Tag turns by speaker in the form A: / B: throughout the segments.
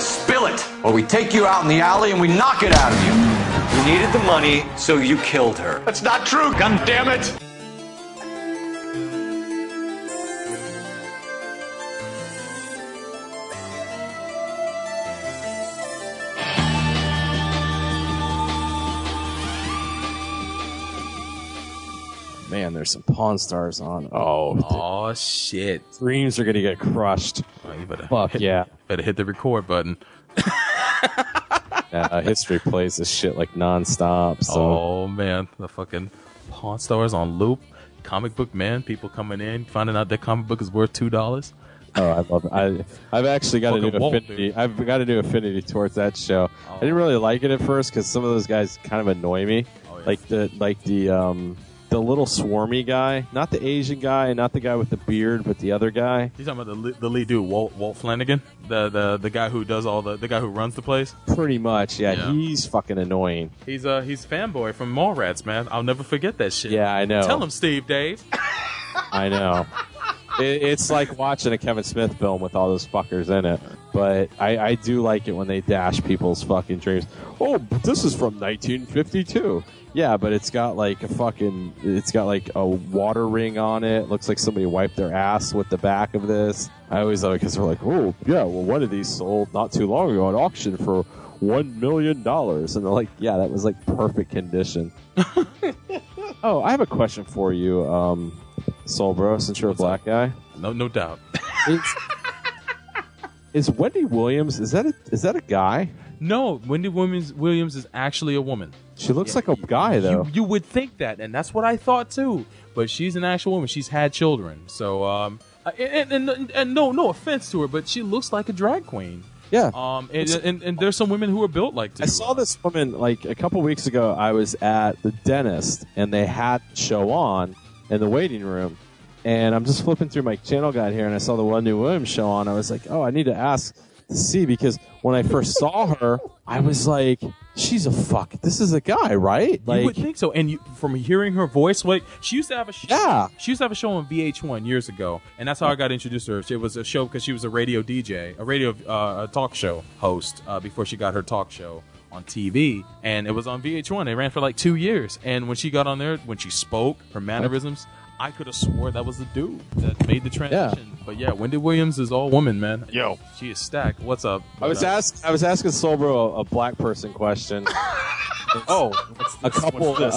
A: spill it, or we take you out in the alley and we knock it out of you. You needed the money, so you killed her. That's not true, God damn it!
B: Man, there's some Pawn Stars on.
C: Oh,
D: Oh shit!
B: Dreams are gonna get crushed.
D: Oh, you better
B: Fuck yeah.
D: better hit the record button.
B: Uh, history plays this shit like nonstop. So
D: Oh man, the fucking Pawn Stars on loop. Comic book man, people coming in, finding out that comic book is worth two dollars.
B: oh, I love it. I I've actually got to
D: Fucking
B: do
D: won't, Oh.
B: affinity.
D: dude.
B: I've got to do affinity towards that show. I didn't really like it at first because some of those guys kind of annoy me.
D: Oh, yeah.
B: Like the like the um the little swarmy guy, not the Asian guy, not the guy with the beard, but the other guy.
D: You talking about the, le- the lead dude, Walt, Walt Flanagan, the, the the guy who does all the the guy who runs the place.
B: Pretty much, yeah.
D: Yeah.
B: He's fucking annoying.
D: He's uh he's fanboy from Mallrats, man. I'll never forget that shit.
B: Yeah, I know.
D: Tell him, Steve Dave.
B: I know. It, it's like watching a Kevin Smith film with all those fuckers in it. But I, I do like it when they dash people's fucking dreams. Oh, but this is from 1952. Yeah, but it's got like a fucking, it's got like a water ring on it. Looks like somebody wiped their ass with the back of this. I always love it because they're like, oh yeah, well one of these sold not too long ago at auction for one million dollars, and they're like, yeah, that was like perfect condition. oh, I have a question for you, um, Soul Bro, since you're a
D: What's
B: black guy.
D: No, no doubt.
B: It's, is Wendy Williams is that a, is that a guy?
D: No, Wendy Williams Williams is actually a woman.
B: She looks like a guy though.
D: You, you would think that, and that's what I thought too. But she's an actual woman. She's had children. So, um, and, and, and, and no, no offense to her, but she looks like a drag queen.
B: yeah.
D: Um, and, and, and there's some women who are built like
B: I
D: this.
B: saw this woman like a couple weeks ago. I was at the dentist and they had the show on in the waiting room. And I'm just flipping through my channel guide here and I saw the Wendy Williams show on. I was like, oh, I need to ask to see because when I first saw her, I was like, she's a fuck. This is a guy, right?
D: you
B: Like,
D: would think so. And you, from hearing her voice, like she used to have a sh-
B: Yeah.
D: she used to have a show on VH1 years ago, and that's how I got introduced to her. It was a show because she was a radio DJ, a radio uh, a talk show host uh, before she got her talk show on TV, and it was on VH1. It ran for like two years, and when she got on there, when she spoke, her mannerisms. I could have swore that was the dude that made the transition. But yeah, Wendy Williams is all woman, man. Yo. She is stacked. What's up?
B: I was ask I was asking Solbro a, a black person question. oh, a couple. uh,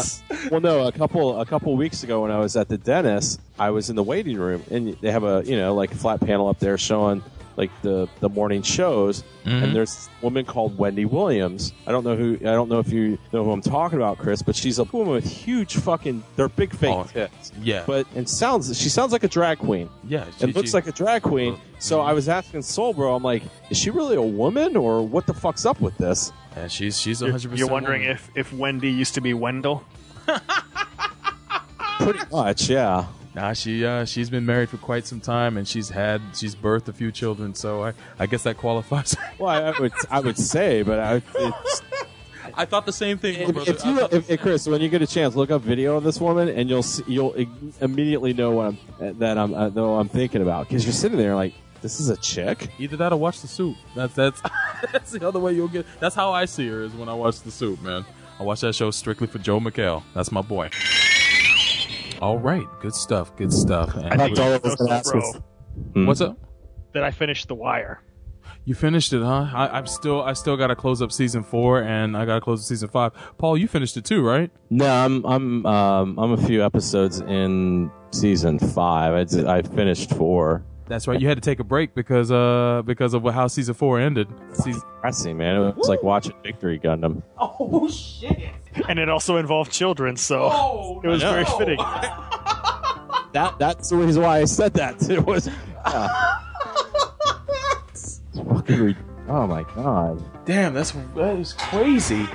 B: well, no, a couple. A couple weeks ago, when I was at the dentist, I was in the waiting room, and they have a you know like a flat panel up there showing like the the morning shows,
D: Mm-hmm.
B: and there's this woman called Wendy Williams. I don't know who. I don't know if you know who I'm talking about, Chris, but she's a woman with huge fucking. They're big fake
D: Oh,
B: tits.
D: yeah.
B: but and sounds. She sounds like a drag queen.
D: Yeah, she-
B: It looks
D: she-
B: like a drag queen. So I was asking Soul Bro, I'm like, is she really a woman or what the fuck's up with this?
D: And she's she's
E: You're,
D: 100.
E: you're wondering if, if Wendy used to be Wendell?
B: Pretty much, yeah.
D: Nah, she uh, she's been married for quite some time, and she's had she's birthed a few children, so I, I guess that qualifies.
B: Well, I, I would I would say, but I, it's,
D: I thought the same thing.
B: if,
D: brother.
B: if you if, if- Chris, when you get a chance, look up video of this woman, and you'll see, you'll ig- immediately know what I'm that I'm uh, know what I'm thinking about because you're sitting there like, this is a chick.
D: Either that or watch the soup. That's that's that's the other way you'll get. That's how I see her is when I watch the soup, man. I watch that show strictly for Joe McHale. That's my boy. All right, good stuff. Good stuff. And
E: I think
D: we-
E: you
B: was
E: know
B: gonna
E: some
B: ask
E: bro
D: what's up?
E: that I finished The Wire.
D: You finished it, huh? I, I'm still I still got to close up season four, and I got to close up season five. Paul, you finished it too, right?
B: No, I'm I'm um, I'm a few episodes in season five. I did, I finished four.
D: That's right. You had to take a break because uh because of how season four ended. Season,
B: Depressing, man. It was like watching Victory Gundam.
D: Oh shit!
E: And it also involved children, so
D: Oh,
E: it was
D: no.
E: very fitting.
B: That that's the reason why I said that. It was fucking. Re- oh my god.
D: Damn, that's that is crazy.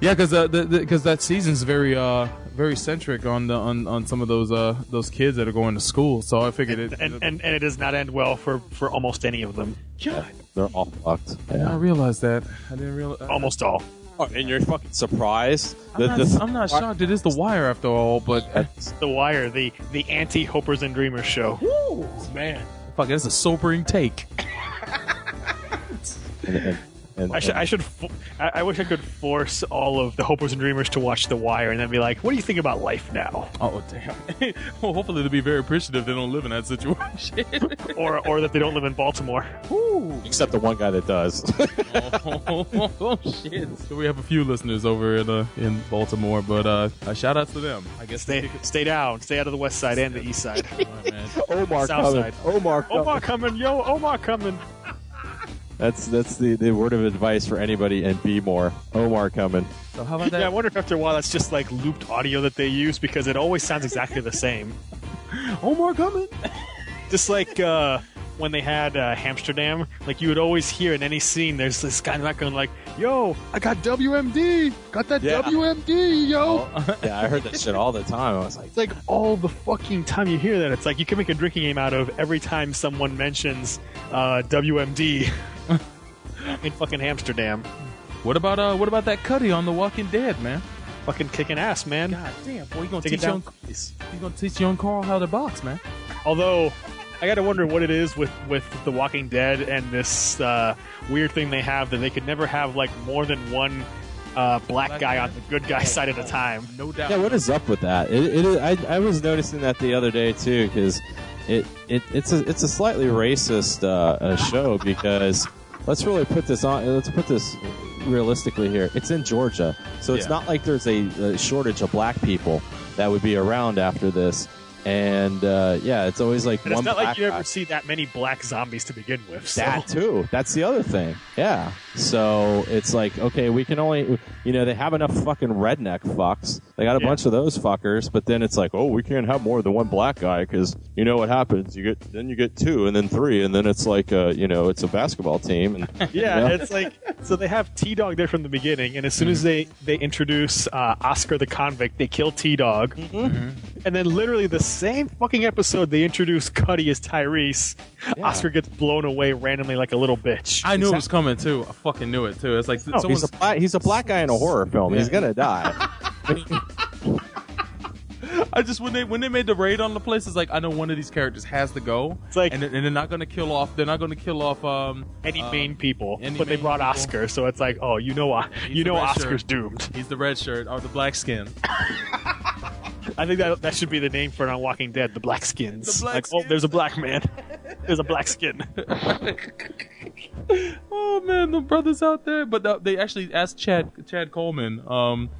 D: Yeah, uh, because because that season's very uh very centric on the on, on some of those uh those kids that are going to school. So I figured it.
E: And, and and it does not end well for, for almost any of them.
B: They're all fucked.
D: I
B: Yeah.
D: realized that. I didn't realize. I'm
E: Almost all.
B: Oh, and you're fucking surprised.
D: not, I'm not shocked. It is the wire after all, but
E: The Wire, the the anti Hopers and Dreamers show.
D: man, fuck, that's a sobering take.
B: And, and, and,
E: I should. I should. Fo- I, I wish I could force all of the hopers and dreamers to watch The Wire and then be like, "What do you think about life now?"
D: Oh damn! well, hopefully they'll be very appreciative they don't live in that situation.
E: Or, or that they don't live in Baltimore.
B: except the one guy that does.
D: oh, shit! So we have a few listeners over in uh, in Baltimore, but uh, a shout out to them. I guess
E: Stay, stay down. Stay out of the west side and the east side.
D: Alright, man.
B: Omar
E: South
B: coming.
E: side.
B: Omar coming.
E: Omar coming, yo, Omar coming.
B: That's that's the, the word of advice for anybody and be more. Omar coming.
D: So how about that?
E: Yeah, I wonder if after a while that's just like looped audio that they use because it always sounds exactly the same.
D: Omar coming.
E: Just like uh, when they had uh, Hamsterdam, like you would always hear in any scene, there's this guy in the background like, yo, I got WMD, got that
B: Yeah.
E: WMD, yo.
B: yeah, I heard that shit all the time. I was like,
E: It's like all the fucking time you hear that. It's like you can make a drinking game out of every time someone mentions uh, WMD in fucking Amsterdam.
D: What about uh? What about that Cuddy on The Walking Dead, man?
E: Fucking kicking ass, man.
D: God damn, boy, you gonna
E: Take it
D: teach young,
E: down.
D: you gonna teach young Carl how to box, man?
E: Although, I gotta wonder what it is with with The Walking Dead and this uh, weird thing they have that they could never have like more than one uh, black,
D: Black
E: guy
D: guy.
E: on the good guy side at a time.
D: No doubt.
B: yeah, what is up with that? It, it is, I, I was noticing that the other day too because it, it it's a it's a slightly racist uh, uh, show because let's really put this on. Let's put this realistically here. It's in Georgia, so it's
D: Yeah.
B: not like there's a, a shortage of black people that would be around after this. And uh, yeah, it's always like
E: And
B: one
E: it's not
B: black
E: like you
B: guy.
E: ever see that many black zombies to begin with. So.
B: That too. That's the other thing. Yeah. So it's like, okay, we can only, you know, they have enough fucking redneck fucks. They got a
E: Yeah.
B: bunch of those fuckers, but then it's like, oh, we can't have more than one black guy because you know what happens? You get then you get two, and then three, and then it's like, uh, you know, it's a basketball team. And
E: Yeah,
B: Yeah.
E: it's like so they have T Dog there from the beginning, and as soon as
B: Mm-hmm.
E: they they introduce uh, Oscar the convict, they kill T Dog,
B: Mm-hmm.
E: and then literally the same fucking episode they introduce Cuddy as Tyrese. Oscar gets blown away randomly like a little bitch.
D: I knew it was coming too. I fucking knew it too. It's like
B: no,
D: someone's
B: he's a black, he's a black guy in a horror film. He's gonna die.
D: I just when they when they made the raid on the place, it's like I know one of these characters has to go.
E: It's like-
D: and, and they're not gonna kill off. They're not gonna kill off. Um,
E: any
D: uh,
E: main people,
D: any
E: but they
D: main
E: brought
D: people.
E: Oscar, so it's like, oh, you know, uh,
D: He's
E: you
D: the
E: know,
D: red shirt.
E: Oscar's doomed.
D: He's the red shirt or the black skin.
E: I think that that should be the name for it on Walking Dead, the Black Skins.
D: The black
E: like,
D: skins.
E: oh, there's a black man, there's a black skin.
D: oh man, the brothers out there. But uh, they actually asked Chad Chad Coleman, um,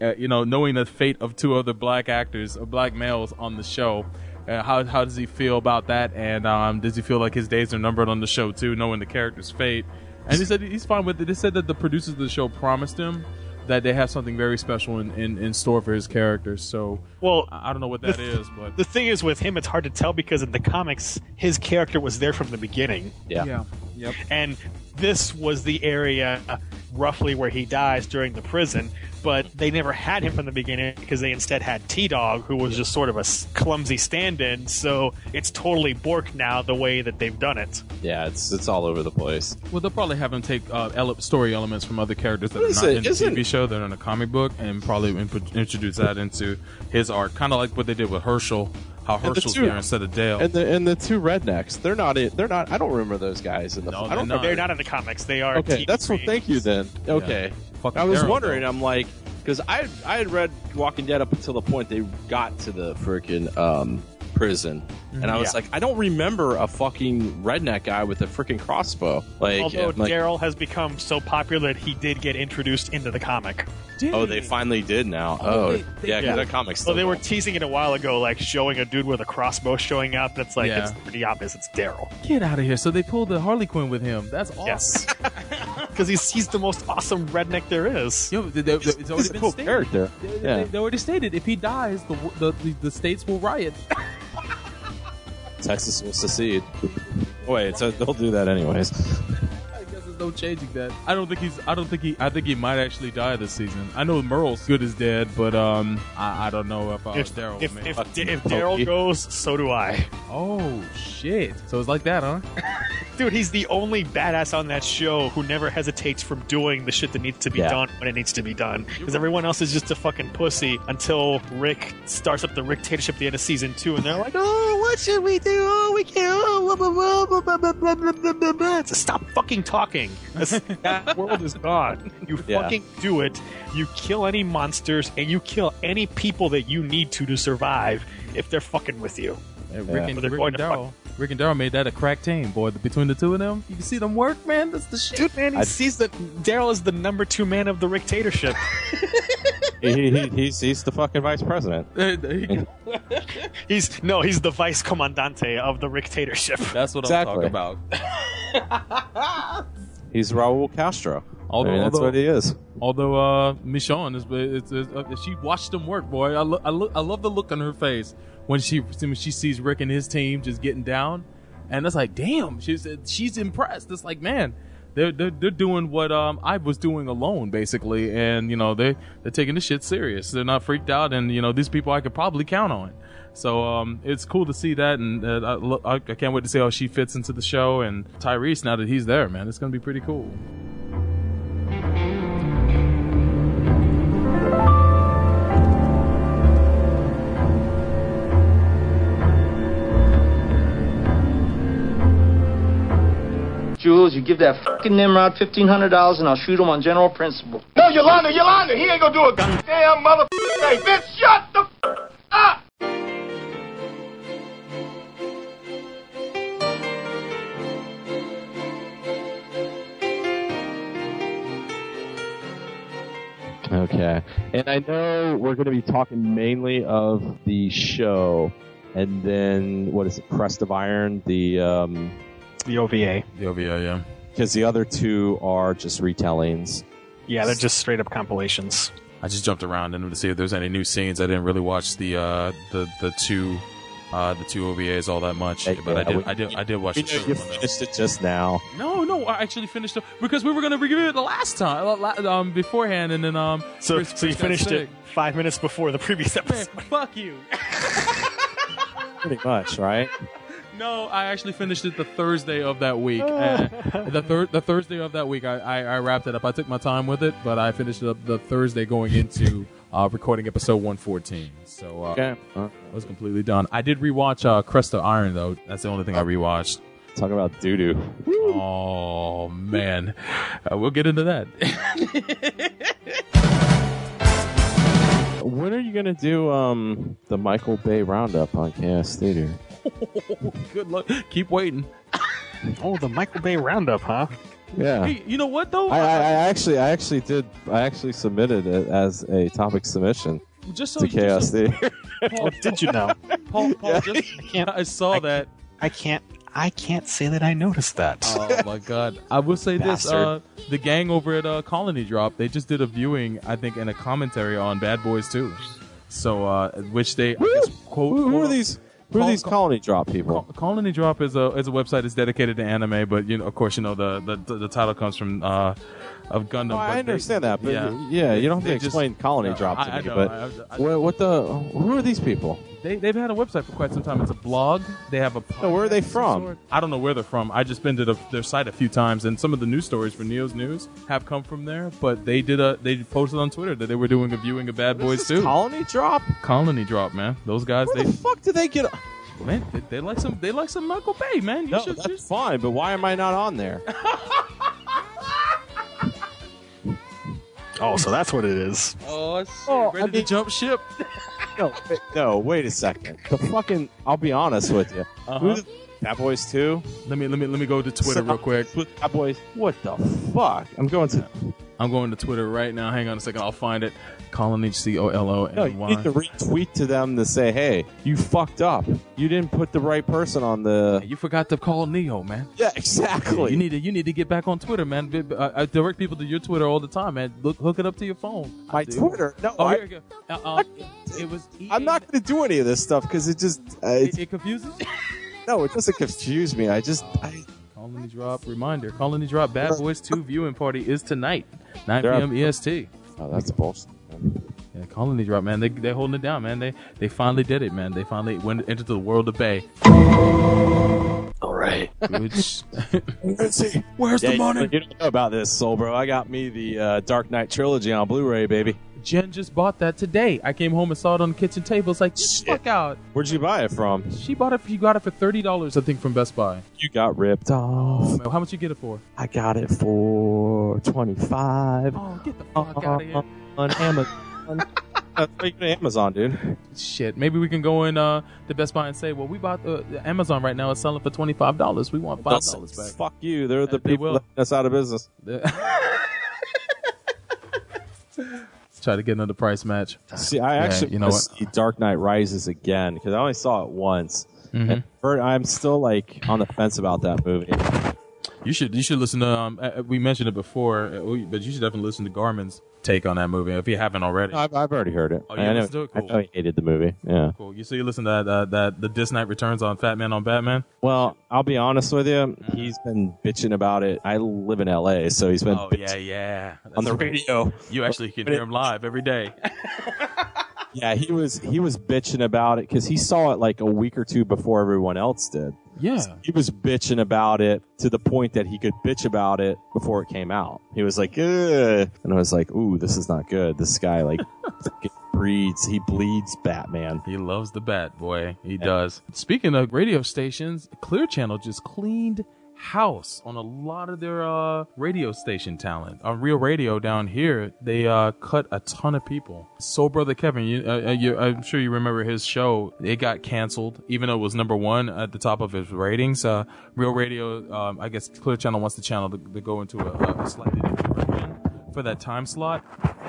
D: uh, you know, knowing the fate of two other black actors, uh, black males on the show. Uh, how how does he feel about that? And um, does he feel like his days are numbered on the show too, knowing the character's fate? And he said he's fine with it. They said that the producers of the show promised him that they have something very special in, in, in store for his character. So
E: Well,
D: I I don't know what that
E: the-
D: is, but
E: the thing is with him it's hard to tell because in the comics his character was there from the beginning
B: Yeah.
D: yep.
E: and this was the area uh, roughly where he dies during the prison but they never had him from the beginning because they instead had t-dog who was just sort of a s- clumsy stand-in so it's totally bork now the way that they've done it
B: Yeah, it's it's all over the place.
D: Well, they'll probably have him take uh, ele- story elements from other characters that are
B: What is
D: not
B: it?
D: in the
B: Isn't-
D: TV show, that are in a comic book, and probably in- introduce that into his arc. Kind of like what they did with Herschel, how
B: the
D: Herschel's
B: two-
D: there instead of Dale.
B: And the and the two rednecks, they're not in- they're not. I don't remember those guys in the.
D: No,
B: I don't
D: they're
E: they're not in the comics they are
B: Okay,
E: TV
B: that's what.
E: creators.
B: Thank you. Then okay,
D: Fucking
B: I was
D: terrible.
B: wondering. I'm like, because I I had read Walking Dead up until the point they got to the freaking um, prison,
D: Mm-hmm.
B: and I was
E: Yeah.
B: like, I don't remember a fucking redneck guy with a freaking crossbow. Like,
E: although
B: I'm like,
E: daryl has become so popular that he did get introduced into the comic
B: oh, they finally did now. Oh, yeah, 'cause
E: yeah.
B: that
D: Oh,
B: comic's
E: Well,
B: still
E: they were
B: going.
E: teasing it a while ago, like showing a dude with a crossbow showing up. That's like
D: Yeah.
E: it's pretty obvious. It's Daryl.
D: Get out of here! So they pulled the Harley Quinn with him. That's awesome.
E: Yes, because he's he's the most awesome redneck there is.
D: Yo, they, they, they, it's already
B: He's a
D: been
B: cool
D: stated.
B: character.
D: They, they-
B: Yeah,
D: they already stated if he dies, the w- the, the, the states will riot.
B: Texas will secede. Wait, so they'll do that anyways.
D: I guess there's no changing that. I don't think he's. I don't think he. I think he might actually die this season. I know Merle's good as dead, but um, I, I don't know if I was
E: If
D: Daryl.
E: if,
D: man.
E: if,
B: fuck
E: if
B: Pokey.
E: Daryl goes, so do I.
D: Oh shit! So it's like that, huh?
E: Dude, he's the only badass on that show who never hesitates from doing the shit that needs to be
B: Yeah.
E: done when it needs to be done. Because everyone else is just a fucking pussy until Rick starts up the Rictatorship at the end of season two, and they're like, "Oh, what should we do? Oh, we can't. Oh, blah, blah, blah, blah, blah, blah, blah, blah, blah, blah, blah." It's a Stop fucking talking. This- that world is gone. You
B: Yeah.
E: fucking do it. You kill any monsters, and you kill any people that you need to to survive if they're fucking with you.
D: Yeah, Rick and,
E: But they're
D: Rick
E: going
D: and
E: to fuck-
D: Daryl. Rick and Daryl made that a crack team, boy. the- Between the two of them, you can see them work, man. That's the shit.
E: Dude, man, he
B: I-
E: sees that Daryl is the number two man of the dictatorship.
B: He, he, he's, he's the fucking vice president.
D: There you go.
E: He's no, he's the vice commandante of the dictatorship.
D: That's what
B: Exactly.
D: I'm talking about.
B: He's Raul Castro.
D: Although-
B: I mean, that's
D: although-
B: what he is.
D: Although uh, Michonne is, it's, it's, uh, she watched them work, boy. I, lo- I, lo- I love the look on her face when she when she sees Rick and his team just getting down, and that's like, damn, she's she's impressed. It's like, man, they're they're, they're doing what um, I was doing alone, basically, and you know they they're taking this shit serious. They're not freaked out, and you know these people I could probably count on. So um, it's cool to see that, and uh, I, lo- I I can't wait to see how she fits into the show and Tyrese now that he's there, man. It's gonna be pretty cool.
C: Jules, you give that fucking Nimrod fifteen hundred dollars, and I'll shoot him on general principle.
F: No, Yolanda, Yolanda, he ain't gonna do a goddamn motherfucking thing. Bitch, shut the f- up!
B: Okay. And I know we're going to be talking mainly of the show and then, what is it, Crest of Iron? The. Um,
E: The OVA.
D: The OVA, yeah.
B: because the other two are just retellings.
E: Yeah, they're just straight up compilations.
D: I just jumped around and to see if there's any new scenes. I didn't really watch the uh, the the two uh, the two OVAs all that much,
B: Hey,
D: but I
B: yeah,
D: did
B: we-
D: I did I did watch
B: You
D: the show.
B: finished it just now.
D: No, no, I actually finished it because we were going to review it the last time, uh, la- um, beforehand, and then um.
E: So,
D: Chris-
E: so you
D: Chris got
E: finished
D: sick.
E: it five minutes before the previous
D: Man,
E: episode.
D: fuck you.
B: Pretty much, right?
D: No, I actually finished it the Thursday of that week. Uh, the third, the Thursday of that week, I, I, I wrapped it up. I took my time with it, but I finished it up the Thursday going into uh, recording episode one fourteen. So uh,
B: Okay. Uh,
D: I was completely done. I did rewatch uh, Crest of Iron though. That's the only thing I rewatched.
B: talking about doo doo.
D: Oh man, uh, we'll get into that.
B: When are you gonna do um the Michael Bay roundup on Chaos Theater?
D: Good luck. Keep waiting.
E: Oh, the Michael Bay roundup, huh?
B: Yeah.
D: Hey, you know what though?
B: I, I, I actually, I actually did. I actually submitted it as a topic submission
D: just so
B: to Chaos
D: just-
B: Theater.
D: Paul,
E: Did you know?
D: Paul, Paul, just, I,
E: can't-
D: saw that.
E: I can't. I can't say that I noticed that.
D: Oh my god! I will say this: uh,
E: Bastard.
D: the gang over at uh, Colony Drop they just did a viewing, I think, and a commentary on Bad Boys Two. So, uh, which they I guess, quote,
B: Who, who are
D: quote-
B: these? Who are
D: Call-
B: these
D: call-
B: colony drop people?
D: Col- Colony Drop is a is a website that's dedicated to anime, but you know, of course, you know the the, the title comes from uh, of Gundam.
B: Oh,
D: but
B: I
D: they-
B: understand that, but
D: yeah.
B: yeah, you don't have
D: They
B: to
D: just-
B: explain colony
D: no,
B: drop to
D: I- I
B: me.
D: know,
B: but
D: I- I-
B: what, what the? Who are these people?
D: They, they've had a website for quite some time. It's a blog. They have a.
B: No, where are they
D: podcast of some
B: from?
D: sort. I don't know where they're from. I just been to the, their site a few times, and some of the news stories for Neo's News have come from there. But they did a they posted on Twitter that they were doing a viewing of Bad Boys
B: This
D: too.
B: is Colony drop.
D: Colony drop, man. Those guys, they
B: Where the fuck did they get?
D: man, they, they like some they like some Michael Bay, man. You
B: No,
D: should
B: that's
D: just
B: fine, but why am I not on there?
E: Oh, so that's what it is.
D: oh, shit,
B: Oh,
D: ready
B: I
D: to
B: mean-
D: jump ship.
B: no, wait- no, wait a second. The fucking, I'll be honest with you.
D: Uh-huh.
B: Who- Bad Boys 2?
D: Let me let me let me go to Twitter real quick.
B: Bad Boys, what the fuck? I'm going to,
D: I'm going to Twitter right now. Hang on a second, I'll find it. Colony C O L O
B: no,
D: N
B: you
D: Y.
B: need to retweet to them to say, hey, you fucked up. You didn't put the right person on the.
D: You forgot to call Neo, man.
B: Yeah,
D: Yeah,
B: exactly.
D: You need to you need to get back on Twitter, man. B- b- I, I direct people to your Twitter all the time, man. Look, hook it up to your phone. I
B: my
D: do.
B: Twitter. No,
D: Oh,
B: I,
D: here we go. Uh, uh, it was. EA.
B: I'm not going to do any of this stuff because it just, uh, it,
D: It, it confuses.
B: no, it doesn't confuse me. I just, I,
D: Colony drop reminder. Colony drop. Bad Boys Two viewing party is tonight, 9
B: They're up.
D: p.m. EST.
B: oh, that's bullshit.
D: E Yeah, Colony drop, man. They they holding it down, man. They they finally did it, man. They finally went into the world of Bay.
E: All
A: right.
D: Which,
B: Lindsay,
D: where's
B: you- You don't know about this, soul bro. I got me the uh, Dark Knight trilogy on Blu-ray, baby.
D: Jen just bought that today. I came home and saw it on the kitchen table. It's like, get the fuck out.
B: Where'd you buy it from?
D: She bought it. She got it for thirty dollars, I think, from Best Buy. Oh,
B: You got ripped off.
D: How much you get it for?
B: I got it for twenty-five
D: Oh, get the fuck out of here.
B: on Amazon. That's why you go to Amazon, dude.
D: Oh, Shit. Maybe we can go in uh, the Best Buy and say, well, we bought the, the Amazon right now. It's selling for twenty five dollars. We want five dollars back.
B: Fuck you. They're the
D: They
B: people
D: will.
B: letting us out of business.
D: Let's try to get another price match.
B: See, I actually
D: you
B: you
D: know
B: know
D: what?
B: see Dark Knight Rises again because I only saw it once.
D: Mm-hmm.
B: And for- I'm still like on the fence about that movie.
D: You should you should listen to um uh, we mentioned it before, uh, we- but you should definitely listen to Garmin's take on that movie if you haven't already.
B: I've, I've already heard it.
D: Oh, you
B: I, know,
D: listened to it?
B: I
D: Cool.
B: know he hated the movie. Yeah.
D: cool. You see, you listen to that uh, that the Dis Knight returns on Fat Man on Batman.
B: Well, I'll be honest with you.
D: Mm-hmm.
B: He's been bitching about it. I live in L.A., so he's been
D: Oh
B: bitching
D: yeah, yeah. That's
B: on the
D: right.
B: radio.
D: You actually can
B: But
D: hear
B: it-
D: him live every day.
B: Yeah, he was he was bitching about it because he saw it like a week or two before everyone else did.
D: Yeah.
B: He was bitching about it to the point that he could bitch about it before it came out. He was like, Ugh. and I was like, ooh, this is not good. This guy like fucking breeds, he bleeds Batman.
D: He loves the bat, boy. He does. Speaking of radio stations, Clear Channel just cleaned house on a lot of their uh, radio station talent. On Real Radio down here, they uh, cut a ton of people. Soul Brother Kevin, you, uh, uh, you, I'm sure you remember his show. It got canceled, even though it was number one at the top of his ratings. Uh, Real Radio, um, I guess Clear Channel wants the channel to, to go into a, a slightly different direction for that time slot.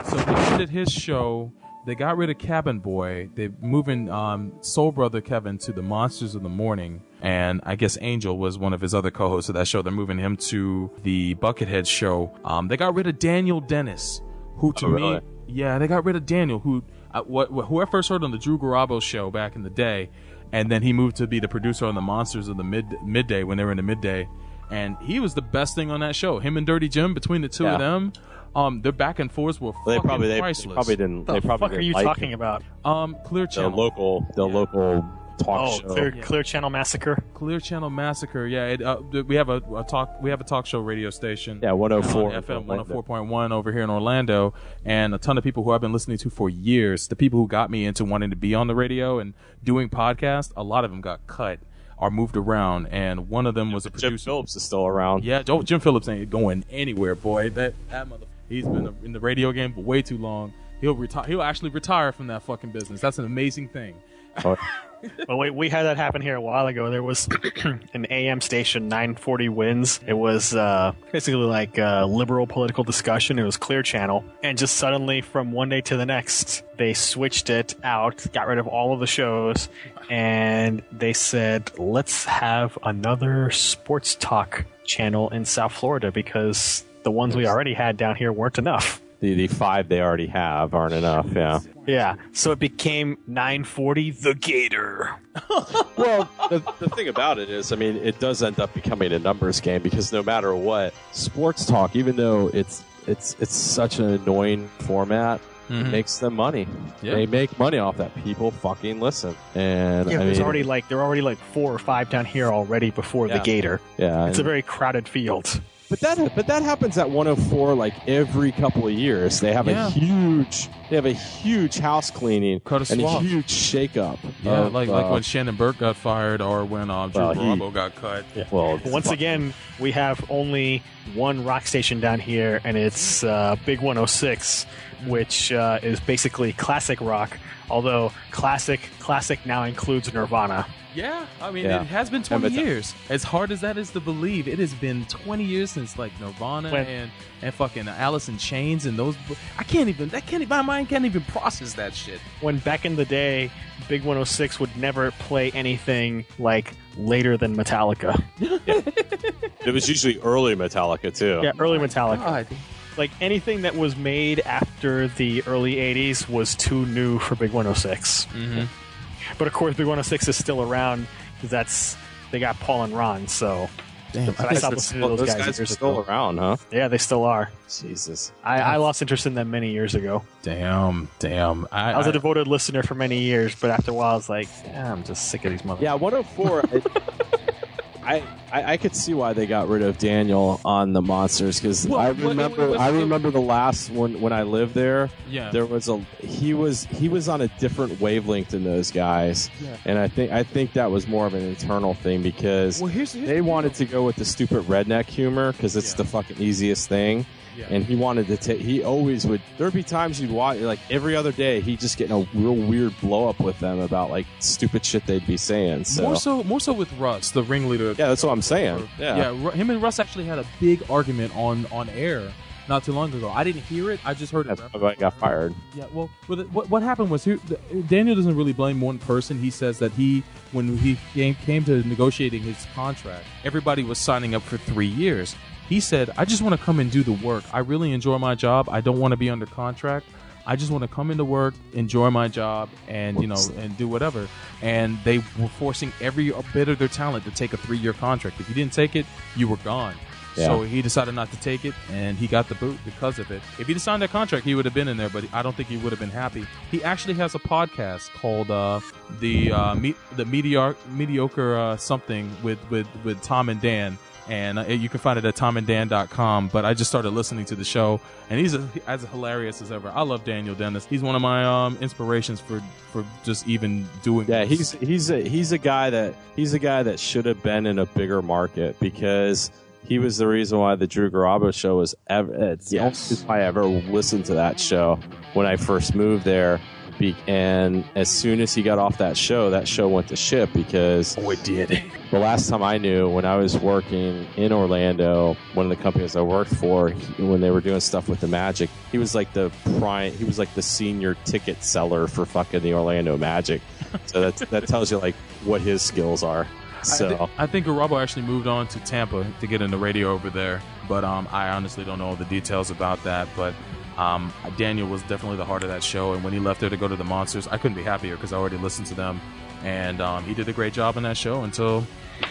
D: So they ended his show. They got rid of Cabin Boy. They're moving um, Soul Brother Kevin to the Monsters of the Morning. And I guess Angel was one of his other co hosts of that show. They're moving him to the Buckethead show. Um, they got rid of Daniel Dennis, who to
B: Oh, really?
D: me. Yeah, they got rid of Daniel, who, uh, what, who I first heard on the Drew Garabo show back in the day. And then he moved to be the producer on the Monsters of the mid, Midday when they were in the midday. And he was the best thing on that show. Him and Dirty Jim, between the two
B: Yeah.
D: of them, um, their back and forths were
B: They
D: fucking
B: probably they, they
D: priceless.
B: probably didn't. they
E: the
B: probably
E: fuck are
B: didn't
E: you
B: like
E: talking
B: it.
E: about?
D: Um, Clear
B: The
D: Channel.
B: local, the local talk
E: Oh,
B: show.
E: Clear, Clear Channel Massacre.
D: Clear Channel Massacre. Yeah, it, uh, th- we have a, a talk. We have a talk show radio station.
B: Yeah, 104
D: on FM
B: in Orlando.
D: 104.1 over here in Orlando, and a ton of people who I've been listening to for years. The people who got me into wanting to be on the radio and doing podcasts, a lot of them got cut or moved around, and one of them was a
B: Jim
D: producer.
B: Phillips is still around.
D: Yeah, Joe, Jim Phillips ain't going anywhere, boy. That that mother. He's been in the radio game for way too long. He'll retire. He'll actually retire from that fucking business. That's an amazing thing.
E: Well, wait, we had that happen here a while ago. There was an AM station, 940 Wins. It was uh, basically like uh, liberal political discussion. It was Clear Channel. And just suddenly, from one day to the next, they switched it out, got rid of all of the shows, and they said, let's have another sports talk channel in South Florida because the ones we already had down here weren't enough.
B: The, the five they already have aren't enough. Yeah.
E: Yeah, so it became 940 The Gator.
B: Well, the, the thing about it is, I mean, it does end up becoming a numbers game because no matter what, sports talk, even though it's it's it's such an annoying format,
D: Mhm.
B: makes them money.
D: Yeah.
B: They make money off that. People fucking listen, and
E: Yeah,
B: I
E: there's
B: mean,
E: already like there are already like four or five down here already before
B: Yeah.
E: the Gator.
B: yeah.
E: It's a
B: and-
E: very crowded field.
B: but that but that happens at 104 like every couple of years. They have
D: Yeah.
B: a huge they have a huge house cleaning
D: Cut a
B: and a
D: swab.
B: huge shakeup.
D: Yeah,
B: of,
D: like like
B: uh,
D: when Shannon Burke got fired, or when uh, Drew
B: Well, he-
D: Garabo got cut.
B: well,
E: Once
B: fuck.
E: again, we have only one rock station down here, and it's uh, Big 106, which uh, is basically classic rock. Although classic classic now includes Nirvana.
D: Yeah, I mean,
B: Yeah.
D: it has been
B: Yeah,
D: 20
B: but that-
D: years. As hard as that is to believe, it has been 20 years since like Nirvana
E: When-
D: and and fucking Alice in Chains and those. bu- I can't even. That can't. My mind can't even process that shit.
E: When back in the day, Big 106 would never play anything like later than Metallica.
B: it was usually early Metallica too.
E: Yeah, early Metallica.
D: God.
E: like anything that was made after the early 80s was too new for Big 106.
D: Mhm.
E: But of course, Big 106 is still around because that's they got Paul and Ron. So
D: Damn.
E: but I stopped listening to those, guys,
B: are
E: years
B: still
E: ago.
B: around, huh?
E: Yeah, they still are.
B: Jesus.
E: I, I lost interest in them many years ago.
D: Damn. Damn. I,
E: I was
D: I-
E: a devoted listener for many years, but after a while, I was like, "Yeah, I'm just sick of these motherfuckers.
B: Yeah, 104. I, oh I, I, I could see why they got rid of Daniel on the monsters because
D: Well,
B: I
D: what- it
B: remember
D: was-
B: I remember the last one when I lived there.
D: Yeah.
B: there was a he was he was on a different wavelength than those guys,
D: Yeah.
B: and I think I think that was more of an internal thing because
D: Well, here's, here's
B: they wanted to go with the stupid redneck humor because it's
D: Yeah.
B: the fucking easiest thing.
D: Yeah.
B: And he wanted to take. He always would. There'd be times you'd watch, like every other day, he'd just get in a real weird blow up with them about like stupid shit they'd be saying. So,
D: more so more so with Russ, the ringleader.
B: yeah, that's what I'm saying. Yeah,
D: yeah. Ru- Him and Russ actually had a big argument on on air not too long ago. I didn't hear it. I just heard it.
B: that's probably why I got fired.
D: Yeah, well, well, th- what, what happened was here, th- Daniel doesn't really blame one person. He says that he, when he came, came to negotiating his contract, everybody was signing up for three years. He said, I just want to come and do the work. I really enjoy my job. I don't want to be under contract. I just want to come into work, enjoy my job, and you know, and do whatever. And they were forcing every bit of their talent to take a three-year contract. If you didn't take it, you were gone.
B: Yeah.
D: So he decided not to take it, and he got the boot because of it. If he'd signed that contract, he would have been in there, but I don't think he would have been happy. He actually has a podcast called uh, the uh, me- the mediocre mediocre uh, something with, with with Tom and Dan, and uh, you can find it at tomanddan.com. But I just started listening to the show, and he's a, as hilarious as ever. I love Daniel Dennis. He's one of my um, inspirations for for just even doing.
B: Yeah,
D: this.
B: he's he's a he's a guy that he's a guy that should have been in a bigger market because he was the reason why the Drew Garabo show was ever. It's the only
D: Yes.
B: reason why I ever listened to that show when I first moved there. Be, and as soon as he got off that show, that show went to shit because
D: oh, it did.
B: the last time I knew, when I was working in Orlando, one of the companies I worked for, he- when they were doing stuff with the Magic, he was like the prime. He was like the senior ticket seller for fucking the Orlando Magic. So that that tells you like what his skills are.
D: I, thi-
B: So
D: I think Garabo actually moved on to Tampa to get into radio over there, but um, I honestly don't know all the details about that. But um, Daniel was definitely the heart of that show, and when he left there to go to the Monsters, I couldn't be happier because I already listened to them, and um, he did a great job on that show until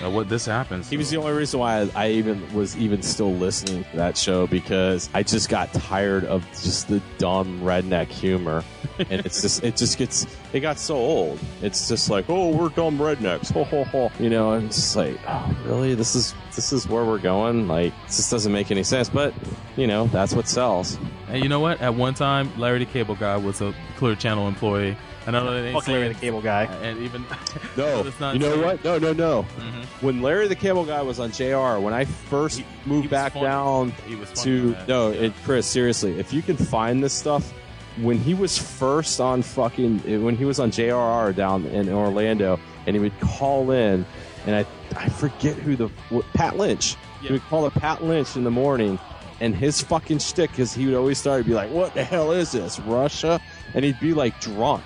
D: uh, what this happens.
B: he was the only reason why I, I even was even still listening to that show because I just got tired of just the dumb redneck humor, and it's just it just gets it got so old. It's just like oh we're dumb rednecks, ho ho ho, you know, and it's just like oh really this is this is where we're going. Like this just doesn't make any sense, but you know that's what sells.
D: and you know what? At one time, Larry the Cable Guy was a Clear Channel employee, and I know that ain't
E: Fuck Larry
D: saying-
E: the Cable Guy.
D: and even
B: No,
D: That's not
B: you know
D: true.
B: what? No, no, no.
D: Mhm.
B: When Larry the Cable Guy was on JR, when I first moved
D: he was
B: back
D: funny.
B: down
D: he was funny on
B: to
D: that.
B: no,
D: Yeah.
B: it, Chris. Seriously, if you can find this stuff, when he was first on fucking, eh, when he was on JRR down in Orlando, and he would call in, and I I forget who the what, Pat Lynch.
D: Yeah.
B: He would call it Pat Lynch in the morning, and his fucking shtick is he would always start to be like, "What the hell is this, Russia?" And he'd be like drunk.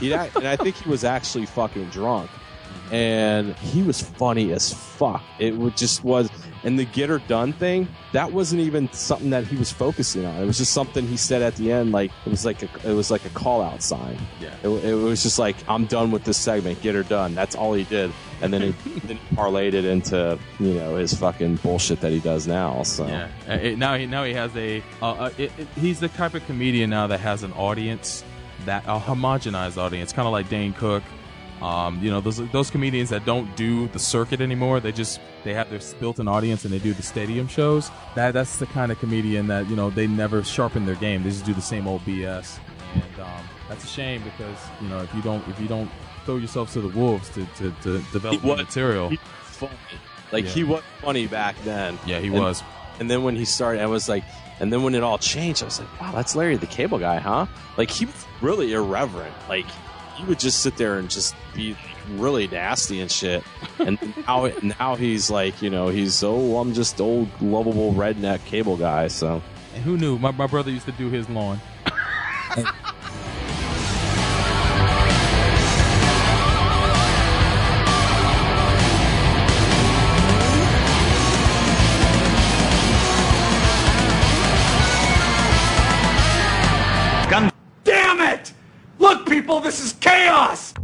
B: He'd act, and I think he was actually fucking drunk
D: Mm-hmm.
B: and he was funny as fuck. It would just was, and the get her done thing that wasn't even something that he was focusing on. It was just something he said at the end, like it was like a, it was like a call out sign.
D: Yeah.
B: it, it was just like I'm done with this segment, get her done. That's all he did, and then he then he parlayed it into you know his fucking bullshit that he does now. So
D: Yeah. Uh, it- now he now he has a. Uh, uh, it, it- he's the type of comedian now that has an audience that a homogenized audience, kind of like Dane Cook. Um, you know those those comedians that don't do the circuit anymore. They just they have their built-in audience and they do the stadium shows. That that's the kind of comedian that you know they never sharpen their game. They just do the same old BS, and um, that's a shame because you know if you don't if you don't throw yourself to the wolves to, to, to develop
B: He was-
D: material.
B: he was funny. Like
D: Yeah.
B: he was funny back then.
D: yeah, he
B: And-
D: was.
B: And then when he started, I was like, and then when it all changed, I was like, wow, that's Larry the Cable Guy, huh? Like he was really irreverent. Like he would just sit there and just be really nasty and shit. And now, now he's like, you know, he's oh, I'm just old lovable redneck cable guy. So
D: And who knew? My, my brother used to do his lawn.
A: God damn it! Look, people, this is chaos!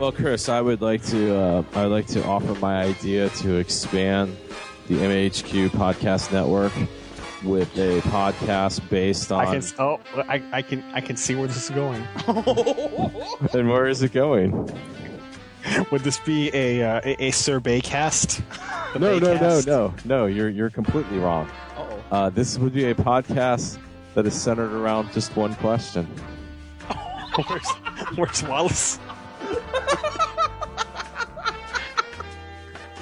B: Well, Chris, I would like to uh, I would like to offer my idea to expand the MHQ podcast network with a podcast based on.
E: I can. Oh, I, I can. I can see where this is going.
B: and where is it going?
E: Would this be a uh, a, a Sir Baycast? The
B: No, no, no,
E: Baycast?
B: no, no. You're you're completely wrong. Uh, this would be a podcast that is centered around just one question.
E: Where's, where's Wallace?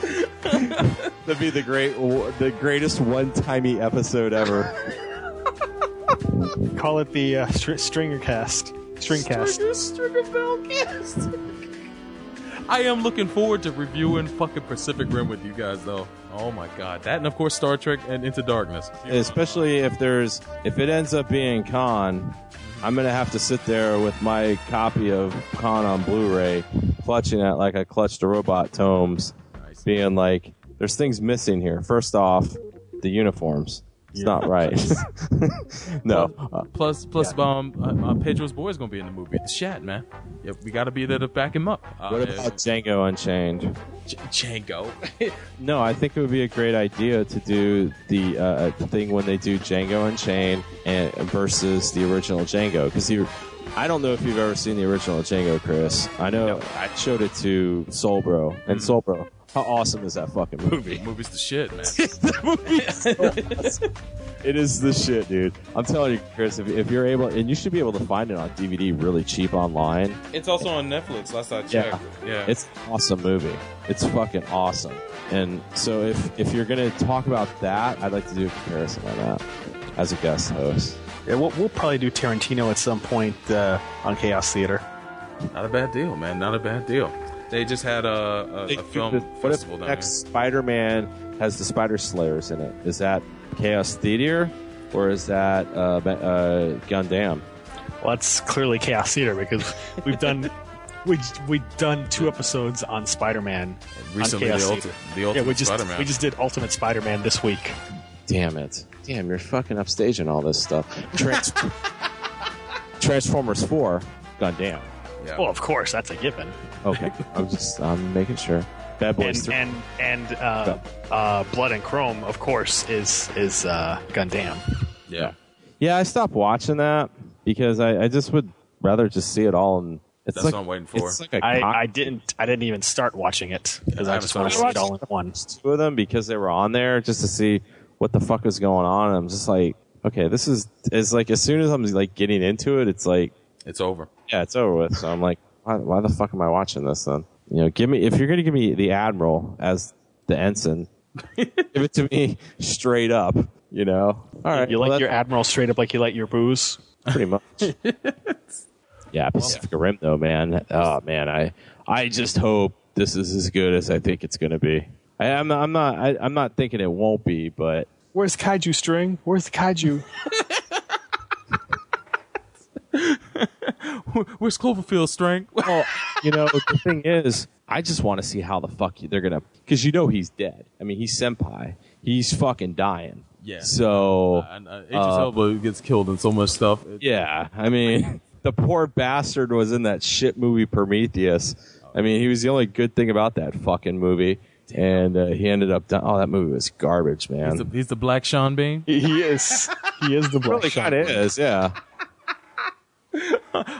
B: That'd be the great, the greatest one-timey episode ever.
E: Call it the uh, str- Stringer Cast. Stringcast.
D: I am looking forward to reviewing fucking Pacific Rim with you guys, though. Oh my god, that and of course Star Trek and Into Darkness.
B: Especially if there's, if it ends up being Khan, I'm gonna have to sit there with my copy of Khan on Blu-ray, clutching it like I clutched a robot tomes,
D: Nice.
B: being like, "There's things missing here." First off, the uniforms. It's not right. no, uh,
D: Plus, plus, um, uh, uh, Pedro's boy is gonna be in the movie. It's Shat, man. Yep, we gotta be there to back him up. Uh,
B: What about Django Unchained?
D: J- Django?
B: No, I think it would be a great idea to do the uh, thing when they do Django Unchained and versus the original Django because you. I don't know if you've ever seen the original Django, Chris. I know I showed it to Soul Bro and Soul Bro. How awesome is that fucking movie?
D: Movie's the shit, man.
B: That movie's so awesome. It is the shit, dude. I'm telling you, Chris. If, if you're able, and you should be able to find it on DVD really cheap online.
D: It's also on Netflix. Last I
B: Yeah.
D: checked. Yeah.
B: It's an awesome movie. It's fucking awesome. And so if if you're gonna talk about that, I'd like to do a comparison on that as a guest host.
E: Yeah, we'll, we'll probably do Tarantino at some point uh, on Chaos Theater.
D: not a bad deal, man. Not a bad deal. They just had a, a, a film
B: what if
D: festival down
B: next Spider-Man has the Spider Slayers in it? Is that Chaos Theater or is that uh, Ma- uh, Gundam?
E: Well, that's clearly Chaos Theater because we've done we we've done two episodes on Spider-Man.
D: there. recently.
E: on
D: The,
E: Chaos
D: ulti-
E: Theater.
D: the ultimate
E: yeah, we just
D: Spider-Man.
E: we just did Ultimate Spider-Man this week.
B: Damn it! Damn, you're fucking upstaging all this stuff. Trans- Transformers Four, Gundam.
D: yeah.
E: Well, of course, that's a given.
B: Okay, I'm just I'm making sure. Bad Boys
E: And
B: Three.
E: and and uh, uh, Blood and Chrome, of course, is is uh, Gundam.
D: yeah.
B: Yeah, I stopped watching that because I, I just would rather just see it all. And it's
D: That's
B: like,
D: what I'm waiting for.
B: It's like a
E: I,
B: cock-
E: I didn't I didn't even start watching it because
D: I
E: I
D: haven't
E: just want to see
D: started
E: it all in one.
B: two of them because they were on there just to see what the fuck was going on. And I'm just like, okay, this is is like as soon as I'm like getting into it, it's like,
D: It's over.
B: yeah, it's over with. So I'm like, why, why the fuck am I watching this then? You know, give me if you're gonna give me the admiral as the ensign, give it to me straight up. You know, all right,
E: You
B: well,
E: like
B: that's
E: your admiral straight up like you like your booze.
B: pretty much. yeah, Pacific Rim though, man. Oh man, I I just hope this is as good as I think it's going to be. I, I'm I'm not I, I'm not thinking it won't be, but
E: Where's Kaiju string? Where's the Kaiju?
D: Where's Cloverfield strength?
B: well, you know the thing is, I just want to see how the fuck they're gonna because you know he's dead. I mean, he's senpai. He's fucking dying.
D: Yeah.
B: So
D: And uh, Idris Elba gets killed in so much stuff. It-
B: Yeah, I mean, the poor bastard was in that shit movie Prometheus. I mean, he was the only good thing about that fucking movie, and uh, he ended up. Done- oh, that movie was garbage, man.
D: He's the, he's the black Sean Bean.
E: he is he is the black
B: really kind of is, yeah.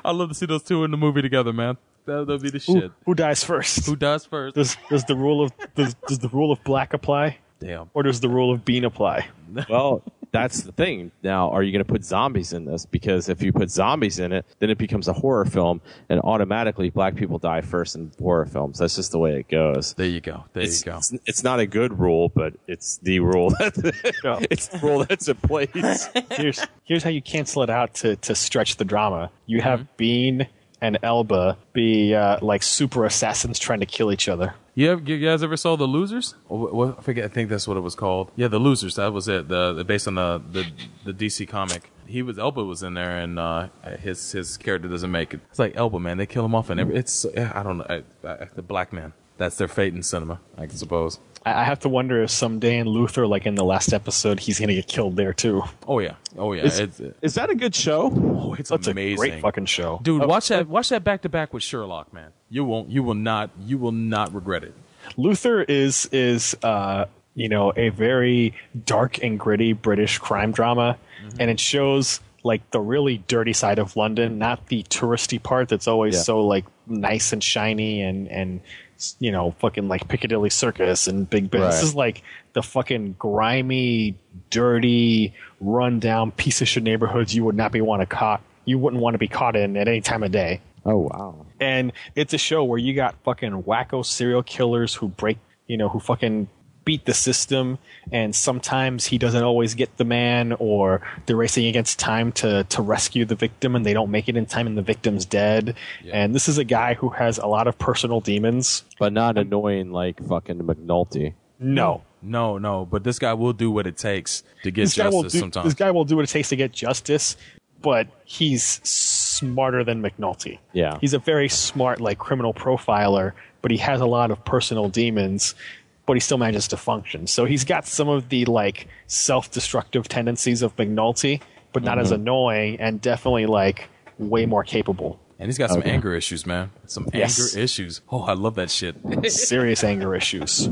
D: I'd love to see those two in the movie together, man. That would be the shit.
E: Who, who dies first?
D: Who dies first?
E: does does the rule of does, does the rule of black apply
D: Damn.
E: or does the rule of bean apply?
B: Well, that's the thing. Now, are you going to put zombies in this? Because if you put zombies in it, then it becomes a horror film, and automatically black people die first in horror films. That's just the way it goes.
D: There you go. There
B: It's,
D: you go.
B: it's, it's not a good rule, but it's the rule. That,
E: No.
B: It's the rule that's in place.
E: Here's here's how you cancel it out to to stretch the drama. You
D: Mm-hmm.
E: have Bean and Elba be uh, like super assassins trying to kill each other.
D: You, ever, you guys ever saw The Losers? Or Oh, wh- what- I forget. I think that's what it was called. Yeah, The Losers. That was it. The, the based on the, the the DC comic. He was Elba was in there, and uh, his his character doesn't make it. It's like Elba, man. They kill him off, and every, it's yeah, I don't know. I, I, the black man. that's their fate in cinema, I suppose.
E: I I have to wonder if someday in Luther, like in the last episode, he's gonna get killed there too.
D: Oh yeah, oh yeah,
B: Is,
D: it's, it's,
B: is that a good show?
D: oh, it's
E: That's
D: amazing.
E: a great fucking show.
D: Dude, watch that watch that back to back with Sherlock, man. You won't you will not you will not regret it.
E: Luther is is uh, you know a very dark and gritty British crime drama,
B: Mm-hmm.
E: and it shows like the really dirty side of London, not the touristy part that's always
B: Yeah.
E: so like nice and shiny and and you know fucking like Piccadilly Circus and Big Ben. This
B: Right.
E: is like the fucking grimy, dirty, rundown piece of shit neighborhoods you would not be want to caught. You wouldn't want to be caught in at any time of day
B: Oh wow.
E: and it's a show where you got fucking wacko serial killers who break you know who fucking beat the system and sometimes he doesn't always get the man or they're racing against time to to rescue the victim and they don't make it in time and the victim's dead and this is a guy who has a lot of personal demons
B: But not annoying like fucking McNulty.
E: no
D: No, no, but this guy will do what it takes to get
E: this guy will
D: justice
E: do
D: sometimes.
E: this guy will do what it takes to get justice but he's smarter than McNulty.
B: Yeah.
E: He's a very smart like criminal profiler, but he has a lot of personal demons, but he still manages to function. So he's got some of the like self-destructive tendencies of McNulty, but not as annoying and definitely like way more capable.
D: and he's got some anger issues, man. Some
E: Yes.
D: anger issues. Oh, I love that shit.
E: Serious anger issues.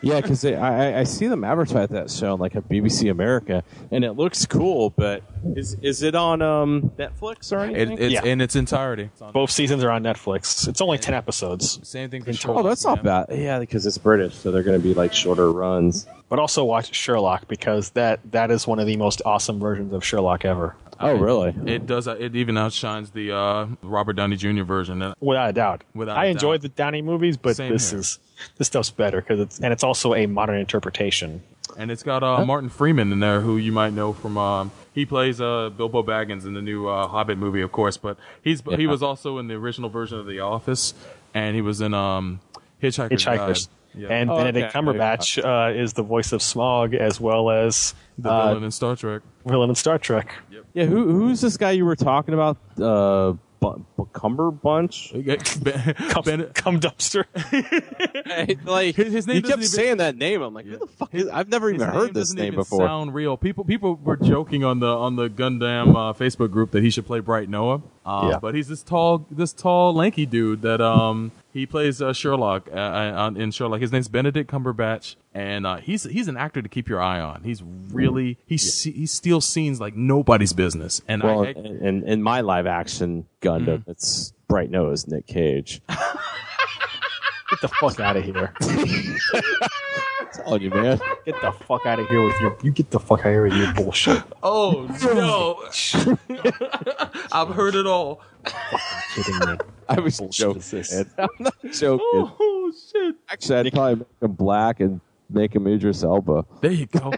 B: Yeah, because I, I I see them advertise that show on like a BBC America, and it looks cool. But is is it on um Netflix or
D: It,
B: anything?
D: it's
E: Yeah.
D: in its entirety. It's on-
E: Both seasons are on Netflix. It's only 10 episodes.
D: Same thing for
B: oh,
D: Sherlock.
B: that's not
D: man.
B: bad. Yeah, because it's British, so they're going to be like shorter runs.
E: But also watch Sherlock because that that is one of the most awesome versions of Sherlock ever.
B: Oh, really?
D: It does. uh, It even outshines the uh, Robert Downey Jr. version. Uh,
E: without a doubt.
D: Without
E: I
D: a
E: enjoyed
D: doubt.
E: the Downey movies, but
D: Same
E: this
D: here.
E: is this stuff's better because it's and it's also a modern interpretation.
D: And it's got uh, Martin Freeman in there, who you might know from. Um, he plays uh, Bilbo Baggins in the new uh, Hobbit movie, of course, but he's he was also in the original version of The Office, and he was in um, Hitchhiker's
E: Hitchhikers.
D: Guide. Yeah.
E: And
B: Oh,
E: Benedict
B: okay.
E: Cumberbatch uh, is the voice of Smog as well as
D: the
E: uh,
D: villain in Star Trek.
E: villain in Star Trek.
B: Yeah. Who who's this guy you were talking about? Uh, Bu- Bu- Cumberbunch.
D: Ben,
E: Cum,
D: Ben-
E: cum dumpster.
B: like
D: His- his name doesn't
B: You kept
D: even-
B: saying that name. I'm like, who the fuck is? I've never even
D: his
B: heard this
D: doesn't
B: name
D: even
B: before.
D: Sound real? People people were joking on the on the Gundam uh, Facebook group that he should play Bright Noah. Uh,
E: Yeah.
D: But he's this tall this tall lanky dude that um he plays uh, Sherlock uh, uh, in Sherlock. His name's Benedict Cumberbatch, and uh, he's he's an actor to keep your eye on. He's really he se- he steals scenes like nobody's business. And
B: well,
D: I, I-
B: in, in, in my live action Gundam, it's bright nose Nick Cage. I'm
E: Get the fuck out of here.
B: telling you, man.
E: Get the fuck out of here with your. You get the fuck out of here with your bullshit.
D: oh no, I've heard it all.
E: Kidding me.
B: I was
E: Bullshit
B: joking.
E: is this?
B: man. I'm not joking.
D: Oh shit.
B: Actually, I'd probably make him black and make him Idris Elba.
D: There you go.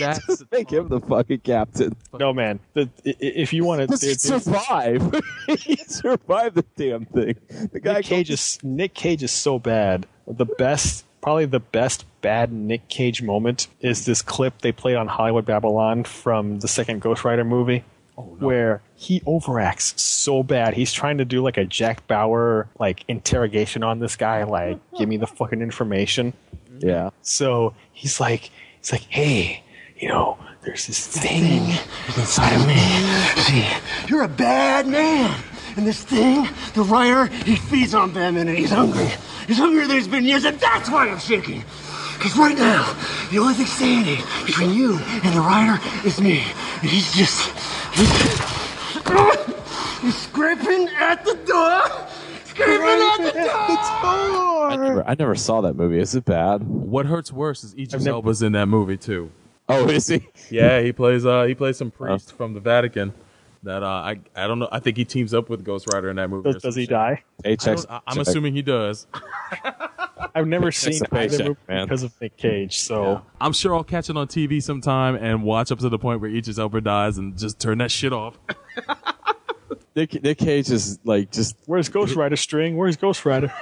D: That's
B: Make him the fucking captain.
E: No man. The, i- i- if you want
B: He
E: to,
B: survived. he survived the damn thing. The guy
E: Nick Cage is Nick Cage is so bad. The best, probably the best bad Nick Cage moment is this clip they played on Hollywood Babylon from the second Ghost Rider movie.
B: Oh,
E: Where he overacts so bad, he's trying to do like a Jack Bauer like interrogation on this guy, like give me the fucking information.
B: Yeah.
E: So he's like, he's like, hey, you know, there's this thing inside of me.
G: See, you're a bad man. And this thing, the writer, he feeds on Batman and he's hungry. He's hungrier than he's been in years, and that's why I'm shaking. Because right now, the only thing standing between you and the writer is me. And he's just. He's, he's scraping at the door! Scraping at the door!
B: I never, I never saw that movie. Is it bad?
D: What hurts worse is Idris
E: never-
D: Elba's in that movie too.
B: Oh, is he?
D: Yeah, he plays uh he plays some priest from the Vatican. That uh, I I don't know. I think he teams up with Ghost Rider in that movie. or
E: Does, does he
D: some shit.
E: die?
D: I
B: HX.
D: don't- I- I'm assuming he does.
E: I've never seen
B: a
E: either
B: paycheck,
E: movie
B: man.
E: because of Nick Cage. So.
D: I'm sure I'll catch it on TV sometime and watch up to the point where Idris Elba dies and just turn that shit off.
B: Nick, Nick Cage is like just
E: Where's Ghost Rider string? Where's Ghost Rider?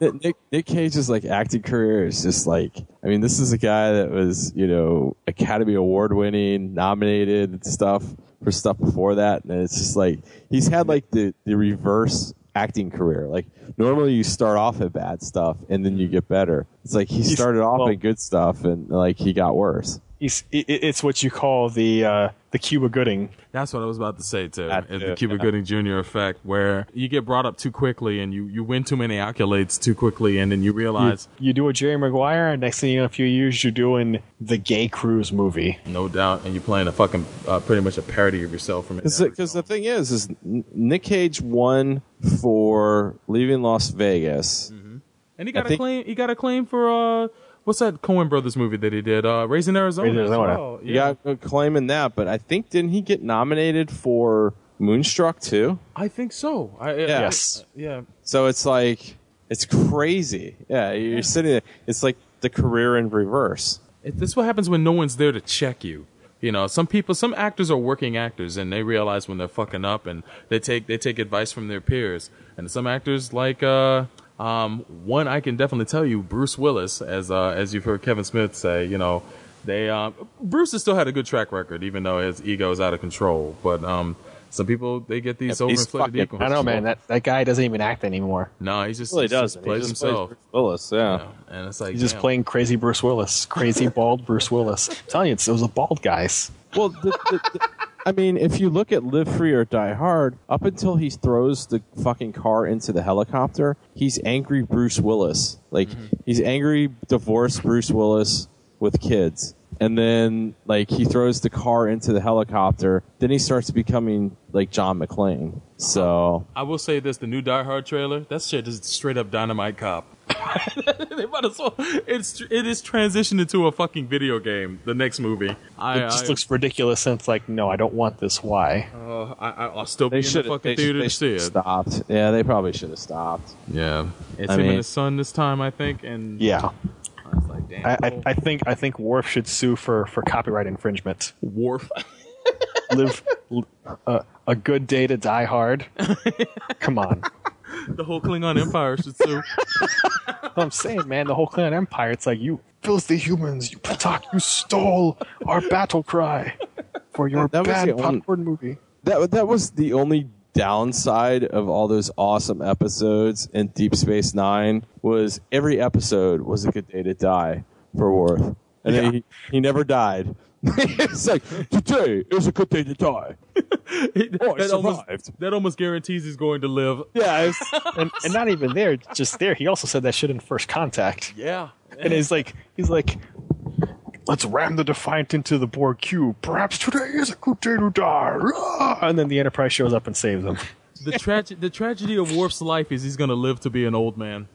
B: Nick, Nick- Nick Cage's like acting career is just like I mean this is a guy that was you know Academy Award winning nominated and stuff for stuff before that and it's just like he's had like the the reverse acting career. Like normally you start off at bad stuff and then you get better. It's like he
E: He's-
B: started off
E: well-
B: at good stuff and like he got worse.
E: He's, i- i- it's what you call the uh, the Cuba Gooding.
D: That's what I was about to say too.
B: That
D: Is
B: too,
D: the Cuba Gooding Jr. effect, where you get brought up too quickly and you, you win too many accolades too quickly, and then you realize,
E: You do a Jerry Maguire, and next thing you know, in a few years, you're doing the Gay Cruise movie.
D: no doubt, and you're playing a fucking uh, pretty much a parody of yourself from it.
B: Because the thing is, is N- Nick Cage won for leaving Las Vegas.
D: And he got
B: I
D: a
B: think-
D: claim. He got a claim for uh, what's that Coen Brothers movie that he did? Uh, Raising Arizona.
E: Raising
D: as
E: Arizona.
D: well.
B: He got a claim in that, but I think didn't he get nominated for Moonstruck too?
D: I think so. I, yeah.
B: Yes.
D: yeah.
B: So it's like it's crazy. Yeah, you're sitting there. It's like the career in reverse.
D: It, this is what happens when no one's there to check you. You know, some people, some actors are working actors, and they realize when they're fucking up, and they take they take advice from their peers. And some actors, like uh, um, one I can definitely tell you, Bruce Willis, as uh, as you've heard Kevin Smith say, you know, they um, Bruce has still had a good track record, even though his ego is out of control. But um, some people they get these
B: Yeah, but he's
D: overinflated
B: fucking-
D: egos.
E: I know, man. That that guy doesn't even act anymore.
D: No, he just
B: Really
D: he
B: does.
D: just plays himself.
B: Willis. Yeah.
D: you know, and it's like
E: He's just
D: damn.
E: playing crazy Bruce Willis, crazy bald Bruce Willis. I'm telling you, it's, those are bald guys.
B: Well, the, the, the, I mean, if you look at Live Free or Die Hard, up until he throws the fucking car into the helicopter, he's angry Bruce Willis. Like
D: Mm-hmm.
B: he's angry divorced Bruce Willis with kids. And then like he throws the car into the helicopter, then he starts becoming like John McClane. So
D: I will say this: the new Die Hard trailer, that shit is straight up dynamite cop. they might as well. It's it is transitioned into a fucking video game. The next movie, I,
E: It just
D: I,
E: looks ridiculous, and it's like, no, I don't want this. Why?
D: uh, I, I- I'll still be
B: they
D: in the
B: should
D: fucking theater to see it.
B: stopped. Yeah, they probably should have stopped.
D: Yeah, it's
B: I
D: him
B: mean-
D: and his son this time, I think. And
E: Yeah,
D: I was like, damn,
E: I, I, I think I think Worf should sue for for copyright infringement.
D: Worf.
E: Live uh, a good day to die hard. Come on,
D: the whole Klingon Empire should sue.
E: I'm saying, man, the whole Klingon Empire. It's like you filthy humans, you Patak, you stole our battle cry for your
B: That was
E: bad
B: the only-
E: popcorn movie.
B: That that was the only downside of all those awesome episodes in Deep Space Nine was every episode was a good day to die for Worf, and then he, he never died. it's like today is a good day to die. Oh, I
D: that, almost,
B: survived.
D: that almost guarantees he's going to live.
E: Yeah, and, and not even there, just there. He also said that shit in First Contact.
D: Yeah.
E: and he's like he's like let's ram the defiant into the borg cube perhaps today is a good day to die Ah! and then the enterprise shows up and saves them
D: The tragedy, the tragedy of Worf's life is he's going to live to be an old man.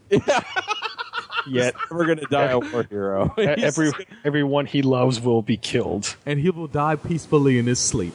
E: yet
B: We're gonna die a war hero.
E: E-, every everyone he loves will be killed
D: and he will die peacefully in his sleep.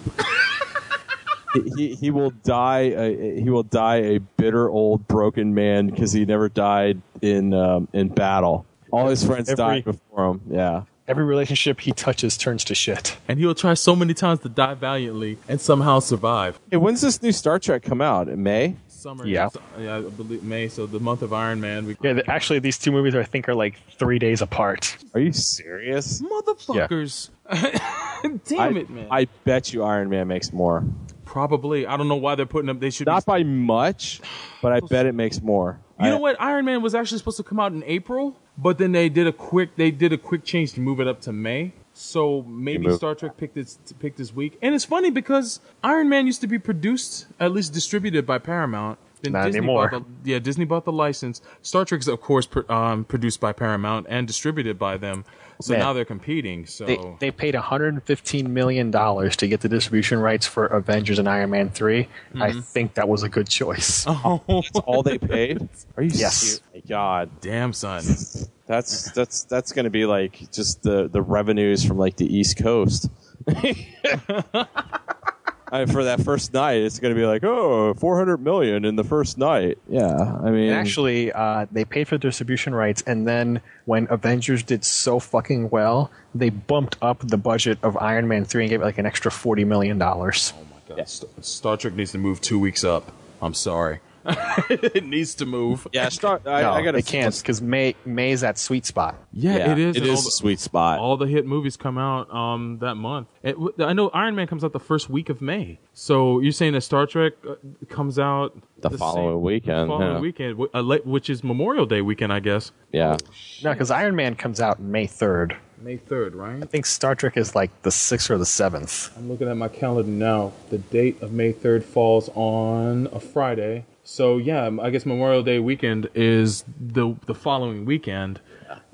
B: he he will die. A, he will die a bitter old broken man because he never died in um, in battle. All his friends
E: Every-
B: died before him. Yeah.
E: every relationship he touches turns to shit
D: And he'll try so many times to die valiantly and somehow survive.
B: Hey, when's this new Star Trek come out? In May?
D: Summer,
E: Yeah.
D: yeah, I believe May. So the month of Iron Man. We,
E: yeah th- actually these two movies i think are like three days apart
B: Are you serious?
D: motherfuckers. Damn it, man.
B: I bet you Iron Man makes more.
D: probably. I don't know why they're putting up. They should.
B: Not
D: be,
B: by much, but I bet it makes more.
D: you
B: I-
D: know what? Iron Man was actually supposed to come out in April, but then they did a quick. They did a quick change to move it up to May. So maybe
B: moved-
D: Star Trek picked this picked this week. And it's funny because Iron Man used to be produced, at least distributed by Paramount. Then
E: Not
D: Disney
E: anymore.
D: bought the- yeah, Disney bought the license. Star Trek is of course pr- um, produced by Paramount and distributed by them. So
E: Man.
D: now they're competing. So
E: they,
B: Oh.
E: they paid 115 million dollars to get the distribution rights for avengers and iron man 3
B: Mm-hmm.
E: i think that was a good choice
B: Oh. That's all they paid? Are you
E: Yes.
B: serious? My God.
D: damn son.
B: That's that's that's gonna be like just the, the revenues from like the East Coast. I, for that first night, it's going to be like, oh, 400 million in the first night. Yeah, I mean,
E: And actually, uh, they paid for the distribution rights, and then when Avengers did so fucking well, they bumped up the budget of Iron Man 3 and gave it like an extra $40 million.
D: God, St- Star Trek needs to move two weeks up. I'm sorry.
H: it needs to move.
B: Yeah, start. I,
E: no,
B: I gotta.
E: it can't because May May's that sweet spot.
H: Yeah, it is.
B: It
H: and all
B: is
H: the-
B: a sweet spot.
H: All the hit movies come out um, that month. It, w- I know Iron Man comes out the first week of May. So you're saying that Star Trek uh, comes out
B: The following weekend,
H: following
B: yeah.
H: weekend, wh- uh, late- which is Memorial Day weekend, I guess.
B: yeah.
E: No, because Iron Man comes out May third.
H: May third, right?
E: I think Star Trek is like the sixth or the seventh.
H: I'm looking at my calendar now. The date of May 3rd falls on a Friday. So yeah, I guess Memorial Day weekend is the the following weekend.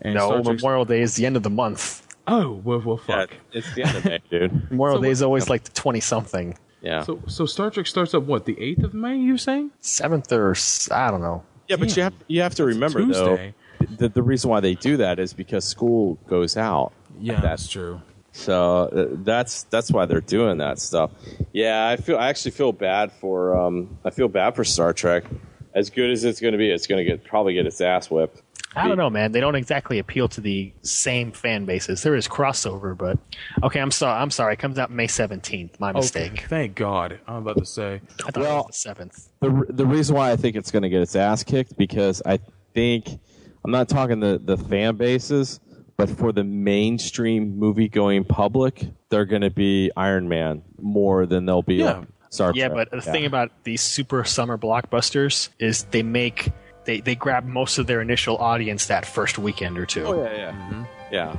H: And
E: No,
H: Star Trek's-
E: Memorial Day is the end of the month.
H: Oh, well, well fuck.
B: It's the anime, dude.
E: Memorial
H: So
E: Day
H: what-
E: is always like the twenty something,
B: Yeah.
H: So so Star Trek starts up what the 8th of May? You're saying?
E: seventh or s- I don't know.
B: yeah, but you have you have to remember
H: Tuesday.
B: though. The, the reason why they do that is because school goes out.
H: Yeah,
B: at that
H: that's true.
B: So uh, that's that's why they're doing that stuff. Yeah, I feel I actually feel bad for um I feel bad for Star Trek. As good as it's going to be, it's going to get probably get its ass whipped.
E: I don't know, man. They don't exactly appeal to the same fan bases. There is crossover, but okay. I'm sorry. I'm sorry. It comes out May seventeenth. My mistake.
H: Okay, thank God. I'm about to say.
E: I thought
B: Well-
E: it was the seventh.
B: The the reason why I think it's going to get its ass kicked because I think I'm not talking the the fan bases, but for the mainstream movie going public, they're going to be Iron Man more than they'll be
H: Yeah.
B: like Star
E: Yeah,
B: Trek.
E: but the thing about these super summer blockbusters is they make they they grab most of their initial audience that first weekend or two.
H: Oh,
B: yeah, yeah,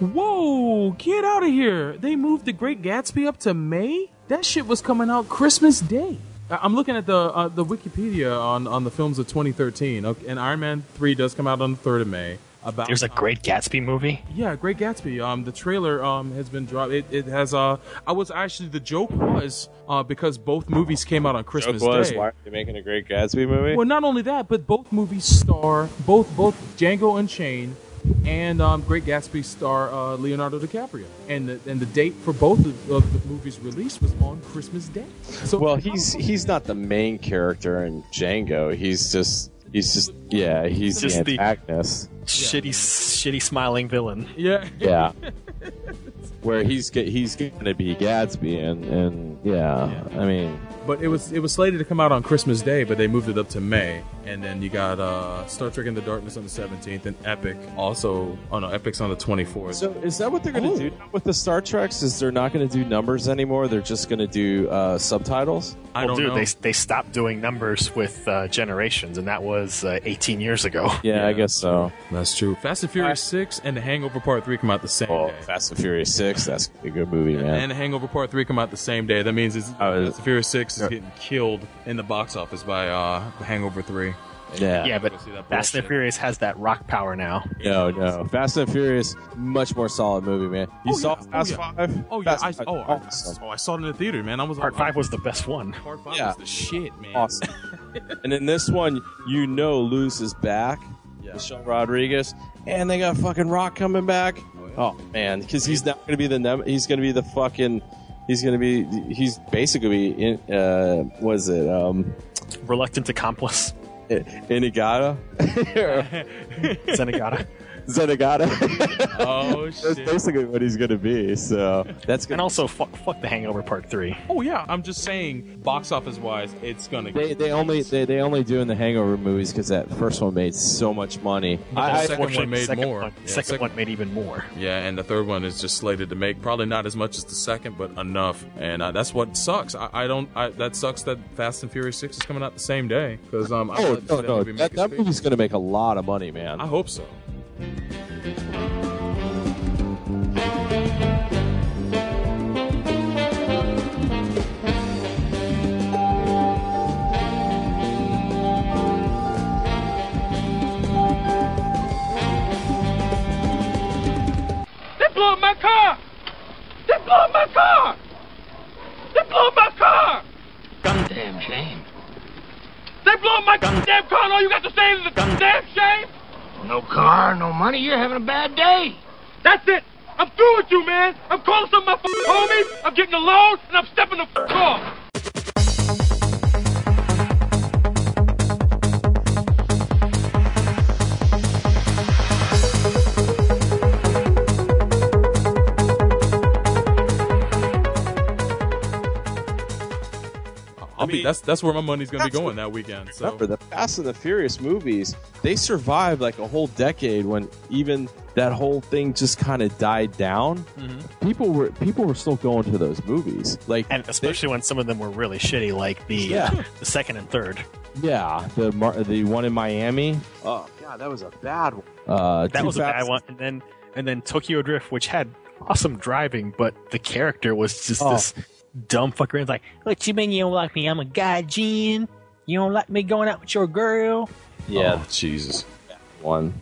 B: yeah.
H: Whoa! Get out of here! They moved The Great Gatsby up to May. That shit was coming out Christmas Day. I- I'm looking at the uh, the Wikipedia on, on the films of 2013, okay, and Iron Man three does come out on the third of May. About
E: There's a Great Gatsby movie.
H: yeah, Great Gatsby. Um, the trailer um has been dropped. It, it has uh, I was actually the joke was uh because both movies came out on
B: Joke
H: Christmas
B: was,
H: Day.
B: why are you making a Great Gatsby movie?
H: Well, not only that, but both movies star both both Django Unchained and um, Great Gatsby star uh, Leonardo DiCaprio, and the, and the date for both of, of the movies' release was on Christmas Day. So
B: Well, he's he's not the main character in Django. He's just he's just yeah he's
E: Just
B: the
E: the-
B: antagonist.
E: Shitty shitty smiling villain.
H: yeah
B: Yeah, where he's ge- he's going to be Gatsby and and yeah, I mean
H: But it was it was slated to come out on Christmas Day, but they moved it up to May. And then you got uh, Star Trek in the Darkness on the 17th, and Epic also oh no, Epic's on the 24th.
B: so is that what they're going to do now with the Star Treks? Is they're not going to do numbers anymore? They're just going to do uh, subtitles.
H: I don't
E: dude,
H: know.
E: they they stopped doing numbers with uh, generations, and that was uh, 18 years ago.
B: Yeah, I guess so.
H: That's true. Fast and Furious Six and The Hangover Part Three come out the same
B: Oh,
H: day.
B: Fast and Furious Six. That's a good movie, man.
H: And the Hangover Part Three come out the same day. That means it's
B: Oh, is it?
H: Fast and Furious Six is getting killed in the box office by uh, the Hangover Three.
B: yeah,
E: Yeah, but
H: Go see
E: Fast and
H: that bullshit.
E: the Furious has that rock power now.
B: No, no. Fast and Furious, much more solid movie, man. You
H: Oh,
B: saw
H: yeah.
B: Fast
H: Oh, yeah.
B: Five?
H: Oh yeah,
B: Fast
H: I,
B: Five,
H: oh, I,
B: awesome.
H: oh, I saw it in the theater, man. I was
E: Part
H: like,
E: five was the best one.
H: Part Five
B: Yeah.
H: was the shit, man.
B: awesome. and in this one, you know, Luz is back. Michelle Rodriguez, and they got fucking Rock coming back. Oh man, because he's not going to be the num- he's going to be the fucking he's going to be he's basically in, uh, was it um
E: Reluctant accomplice,
B: Inigata
E: Zenigata,
B: Zenigata.
H: Oh
B: That's
H: shit.
B: basically what he's going to be. So that's
E: and
B: gonna,
E: also fuck fuck the Hangover Part three.
H: Oh yeah, I'm just saying, box office wise, it's gonna.
B: they they only they, they only do in the Hangover movies because that first one made so much money.
H: the
B: I, I,
H: second one made
E: second
H: more.
E: One,
H: Yeah,
E: second,
H: second-
E: one made even more.
H: Yeah, and the third one is just slated to make probably not as much as the second, but enough. And uh, that's what sucks. I, I don't. I, that sucks that Fast and Furious Six is coming out the same day because um. I
B: oh
H: wanted to
B: no
H: see
B: no
H: movie make
B: that,
H: its
B: that
H: big-
B: movie's going to make a lot of money, man.
H: I hope so.
F: They blew up my car! They blew up my car! They blew up my car! Goddamn shame. They blew up my goddamn car and all you got to say is a goddamn shame? No car, no money, you're having a bad day. That's it! I'm through with you, man! I'm calling some of my f- homies, I'm getting a loan, and I'm stepping the f- off!
H: I mean, that's that's where my money's gonna be going that weekend. So
B: remember the Fast and the Furious movies, they survived like a whole decade when even that whole thing just kind of died down. People were people were still going to those movies, like
E: Mm-hmm. And especially when some of them were really shitty, like the
B: Yeah.
E: the second and third.
B: they, yeah, the Mar- the one in Miami. Oh god, that was a bad one. Uh,
E: That
B: Too
E: was a bad
B: Fast-
E: one. And then and then Tokyo Drift, which had awesome driving, but the character was just
B: Oh.
E: this dumb fucker. It's like, what you mean you don't like me? I'm a guy, Jen. You don't like me going out with your girl?
B: Yeah,
H: Oh, Jesus.
B: one.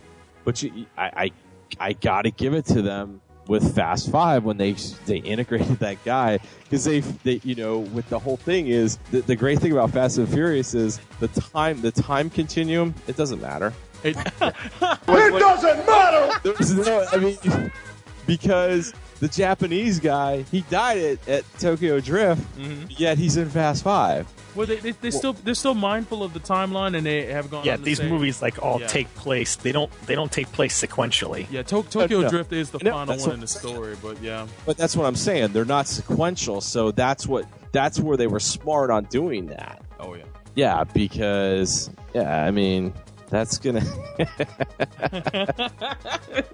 B: But you, I, I, I got to give it to them with Fast Five when they they integrated that guy because they, they you know with the whole thing is the, the great thing about Fast and Furious is the time the time continuum it doesn't matter.
H: It-
I: It doesn't matter!
B: There's no, I mean, because the Japanese guy he died at, at Tokyo Drift, yet he's in Fast Five.
H: well, they, they, they still they're still mindful of the timeline, and they have gone.
E: Yeah,
H: on to
E: these
H: say-
E: movies like all
H: Yeah.
E: take place. They don't they don't take place sequentially.
H: Yeah, to- Tokyo
B: No,
H: Drift is the
B: no,
H: final
B: that's
H: one
B: what-
H: in the story, but yeah,
B: But that's what I'm saying. They're not sequential, so that's what that's where they were smart on doing that.
H: oh yeah.
B: Yeah, because yeah, I mean that's gonna.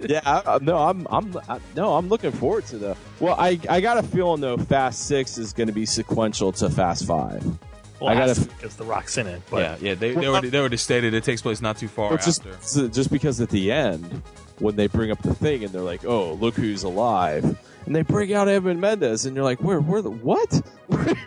B: yeah, I, I- no, I'm, I'm, I, no, I'm looking forward to the. Well, I, I got a feeling though, Fast Six is going to be sequential to Fast Five.
E: Well,
B: I gotta-
E: that's because the Rock's in it, but
H: yeah, yeah. They, they already they already stated it takes place not too far
B: It's just,
H: after.
B: so- just because at the end, when they bring up the thing and they're like, "Oh, look who's alive," and they bring out Evan Mendez, and you're like, "Where, where the what?"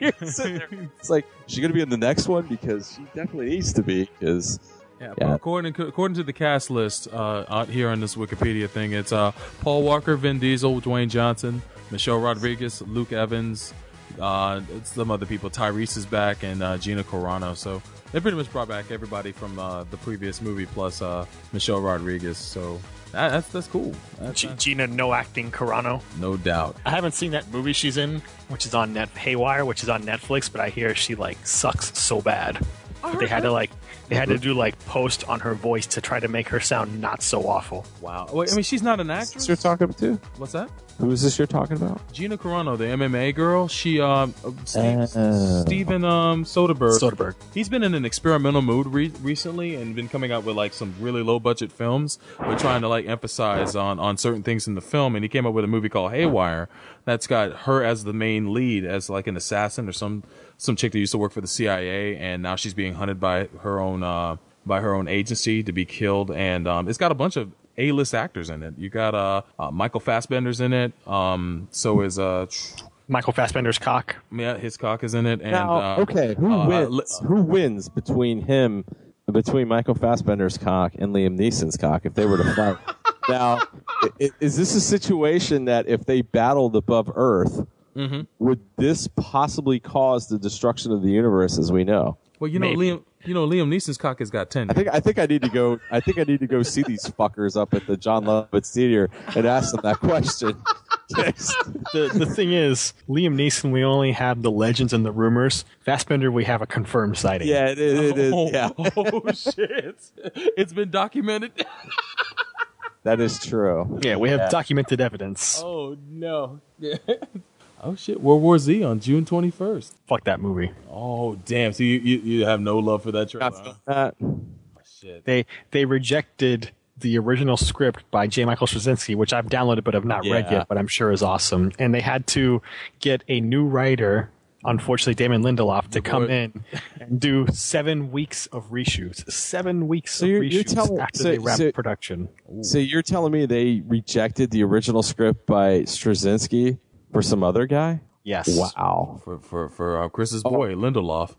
B: You're sitting there. It's like she's going to be in the next one because she definitely needs to be because.
H: Yeah,
B: Yeah.
H: but According according to the cast list uh, out here on this Wikipedia thing, it's uh, Paul Walker, Vin Diesel, Dwayne Johnson, Michelle Rodriguez, Luke Evans, uh, some other people. Tyrese is back, and uh, Gina Carano. So they pretty much brought back everybody from uh, the previous movie plus uh, Michelle Rodriguez. So that, that's that's cool. That's,
E: G- Gina no acting Carano.
H: no doubt.
E: I haven't seen that movie she's in, which is on Net Haywire, which is on Netflix, but I hear she like sucks so bad. But they had to like they had to do like post on her voice to try to make her sound not so awful.
H: Wow. Wait, I mean, she's not an
B: Who's you're
H: actress.
B: talking to?
H: What's that?
B: Who is this you're talking about?
H: Gina Carano, the MMA girl. She um, uh, Steve,
B: Oh.
H: Steven um, Soderbergh.
E: Soderbergh.
H: He's been in an experimental mood re- recently and been coming out with like some really low budget films, but trying to like emphasize on on certain things in the film. And he came up with a movie called Haywire that's got her as the main lead as like an assassin or some some chick that used to work for the CIA and now she's being hunted by her own uh by her own agency to be killed. And um, it's got a bunch of a list actors in it. You got uh, uh Michael Fassbender's in it. Um, so is uh.
E: Michael Fassbender's cock.
H: Yeah, Hitchcock is in it, and
B: Now,
H: uh,
B: okay, who
H: uh,
B: wins?
H: Li-
B: who wins between him, between Michael Fassbender's cock and Liam Neeson's cock if they were to fight? now, i- i- is this a situation that if they battled above Earth,
H: Mm-hmm.
B: would this possibly cause the destruction of the universe as we know?
H: Well, you know,
E: Maybe.
H: Liam, you know, Liam Neeson's cock has got ten.
B: I think I think I need to go. I think I need to go see these fuckers up at the John Lovett Theater and ask them that question.
E: The the thing is, Liam Neeson, we only have the legends and the rumors. Fassbender, we have a confirmed sighting.
B: yeah, it is. It is
H: Oh,
B: yeah,
H: oh, shit! It's been documented.
B: that is true.
E: Yeah, we have documented evidence.
H: Oh no! oh shit! World War Z on June twenty first.
E: Fuck that movie.
H: Oh damn! So you, you you have no love for that trailer? huh?
B: Uh,
H: Shit!
E: They they rejected the original script by J. Michael Straczynski, which I've downloaded but have not read
B: Yeah.
E: yet, but I'm sure is awesome. And they had to get a new writer, unfortunately Damon Lindelof, to come
H: What?
E: in and do seven weeks of reshoots. Seven weeks
B: So
E: of
B: you're-
E: reshoots
B: you're telling-
E: after
B: so-
E: they wrapped
B: so-
E: production.
B: So you're telling me they rejected the original script by Straczynski for some other guy?
E: Yes.
B: Wow.
H: For for for uh, Chris's boy Lindelof.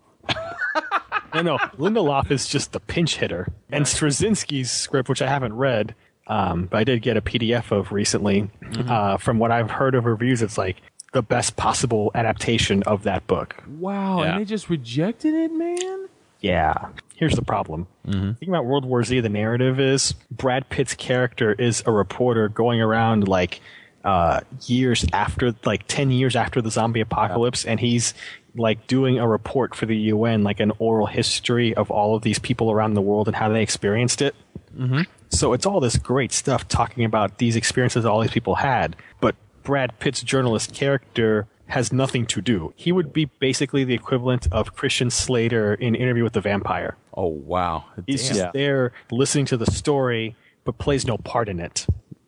E: No, no. Lindelof is just the pinch hitter. And Straczynski's script, which I haven't read, um, but I did get a PDF of recently. Uh, from what I've heard of reviews, it's like the best possible adaptation of that book.
H: Wow!
B: Yeah.
H: Oh, And they just rejected it, man.
E: Yeah. Here's the problem. Thinking about World War Z, the narrative is Brad Pitt's character is a reporter going around like uh, years after, like 10 years after the zombie apocalypse, and he's like doing a report for the UN, like an oral history of all of these people around the world and how they experienced it. So it's all this great stuff talking about these experiences all these people had, but Brad Pitt's journalist character has nothing to do. He would be basically the equivalent of Christian Slater in Interview with the Vampire.
H: Oh wow.
E: He's
H: Damn.
E: just
B: Yeah.
E: there listening to the story, but plays no part in it.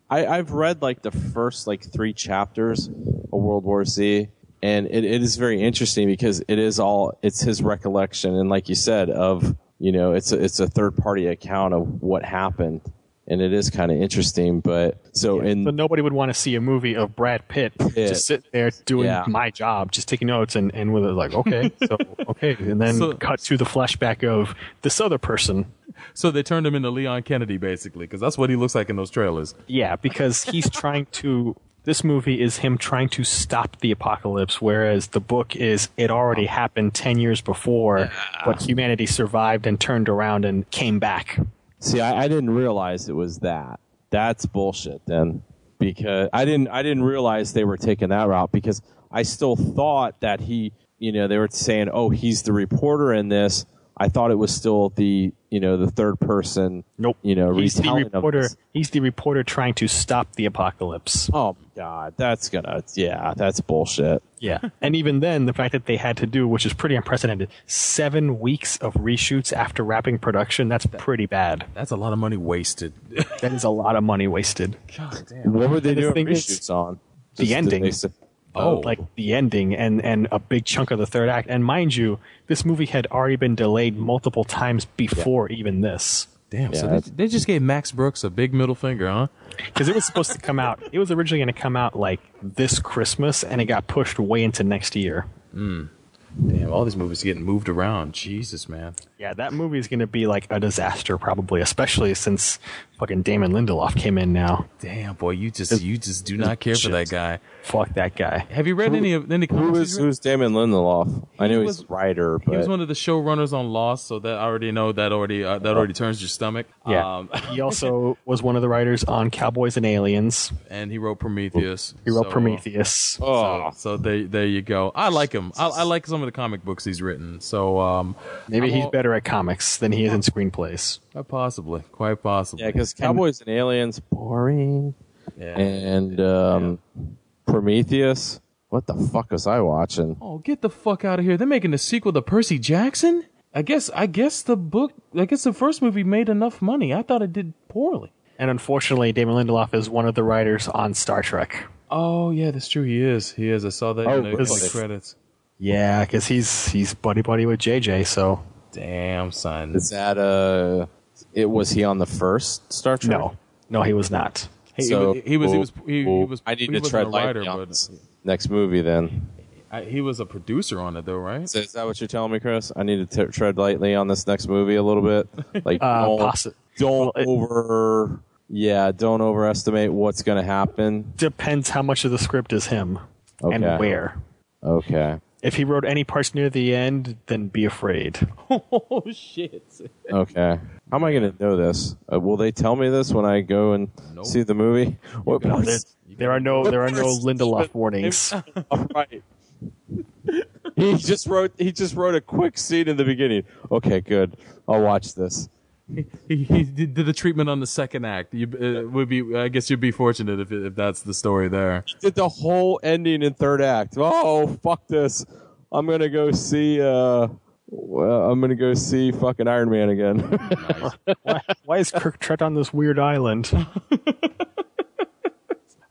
B: I, I've read like the first like three chapters of World War Z, and it, it is very interesting because it is all it's his recollection, and like you said, of you know, it's a, it's a third party account of what happened, and it is kind of interesting. But so in
E: So nobody would want to see a movie of Brad Pitt
B: Mm. Yeah.
E: just sit there doing
B: Yeah.
E: my job, just taking notes, and and with it like okay, so okay, and then
H: So-
E: cut to the flashback of this other person.
H: So they turned him into Leon Kennedy basically because that's what he looks like in those trailers.
E: Yeah, because he's trying to. This movie is him trying to stop the apocalypse, whereas the book is it already happened ten years before, but humanity survived and turned around and came back.
B: See, I, I didn't realize it was that. That's bullshit then. Because I didn't I didn't realize they were taking that route because I still thought that he you know, they were saying, Oh, he's the reporter in this. I thought it was still the you know, the third person
E: Nope.
B: you know,
E: he's the
B: retelling of
E: reporter.
B: this.
E: He's the reporter trying to stop the apocalypse.
B: Oh my god, that's gonna yeah, that's bullshit.
E: Yeah. And even then, the fact that they had to do, which is pretty unprecedented, seven weeks of reshoots after wrapping production, that's pretty bad.
H: That's a lot of money wasted.
E: That is a lot of money wasted.
H: God damn.
B: What were they
E: And the
B: doing
E: thing is,
B: reshoots on?
E: the
B: Just-
E: ending.
B: they said-
H: Oh.
E: Like the ending and, and a big chunk of the third act. And mind you, this movie had already been delayed multiple times before even this.
H: Damn. so
B: Yeah,
H: they,
B: that's-
H: they just gave Max Brooks a big middle finger, huh?
E: Because it was supposed to come out, it was originally going to come out like this Christmas, and it got pushed way into next year.
H: Damn, all these movies getting moved around. Jesus, man.
E: Yeah, that movie is going to be like a disaster, probably, especially since fucking Damon Lindelof came in now.
H: Damn, boy, you just you just do not care for that
E: Shit.
H: guy.
E: Fuck that guy.
H: Have you read any of any
B: Who
H: comics?
B: was
H: he's read?
B: who's Damon Lindelof? I know
H: was-
B: he's a writer, but
H: He was one of the showrunners on Lost, so that I already know that already uh, that already turns your stomach.
E: Yeah.
H: Um,
E: he also was one of the writers on Cowboys and Aliens.
H: and he wrote Prometheus.
E: He wrote
H: so- uh,
E: Prometheus.
B: oh,
H: So there, there you go. I like him. I, I like some of the comic books he's written. So um,
E: Maybe
H: I'm
E: he's
H: all-
E: better at comics than he is in screenplays.
H: quite possibly, quite possibly.
B: yeah, because Cowboys and Aliens boring.
H: Yeah.
B: and um, Prometheus. What the fuck was I watching?
H: oh, get the fuck out of here! They're making a sequel to Percy Jackson. I guess, I guess the book, I guess the first movie made enough money. I thought it did poorly.
E: And unfortunately, Damon Lindelof is one of the writers on Star Trek.
H: Oh yeah, that's true. He is. He is. I saw that in the, in
E: really?
H: the credits.
E: Yeah, because he's he's buddy buddy with JJ. So
H: Damn son.
B: Is that uh It was he on the first Star Trek?
E: no, no, he was not.
H: He,
B: So-
H: was, he was. He was. He, he
B: Well,
H: was.
B: I need
H: he
B: to
H: wasn't
B: tread
H: a
B: lightly
H: writer,
B: on
H: but
B: this next movie. Then
H: I, he was a producer on it though, right?
B: so is that what you're telling me, Chris? I need to t- tread lightly on this next movie a little bit. Like
E: Uh,
B: don't,
E: possi-
B: don't
E: well, it-
B: over. Yeah, don't overestimate what's going to happen.
E: Depends how much of the script is him
B: Okay.
E: and where.
B: Okay.
E: If he wrote any parts near the end, then be afraid.
H: oh shit!
B: Okay. How am I going to know this? Uh, will they tell me this when I go and
H: Nope.
B: see the movie? What
E: There, there are no Oh, there are no Lindelof warnings.
B: right. he just wrote. He just wrote a quick scene in the beginning. Okay, good. I'll watch this.
H: He, he did did the treatment on the second act. You uh, would be. I guess you'd be fortunate if if that's the story there.
B: Did the whole ending and third act. Oh fuck this! I'm gonna go see. Uh, well, I'm gonna go see fucking Iron Man again.
E: Why is Kirk Trent on this weird island?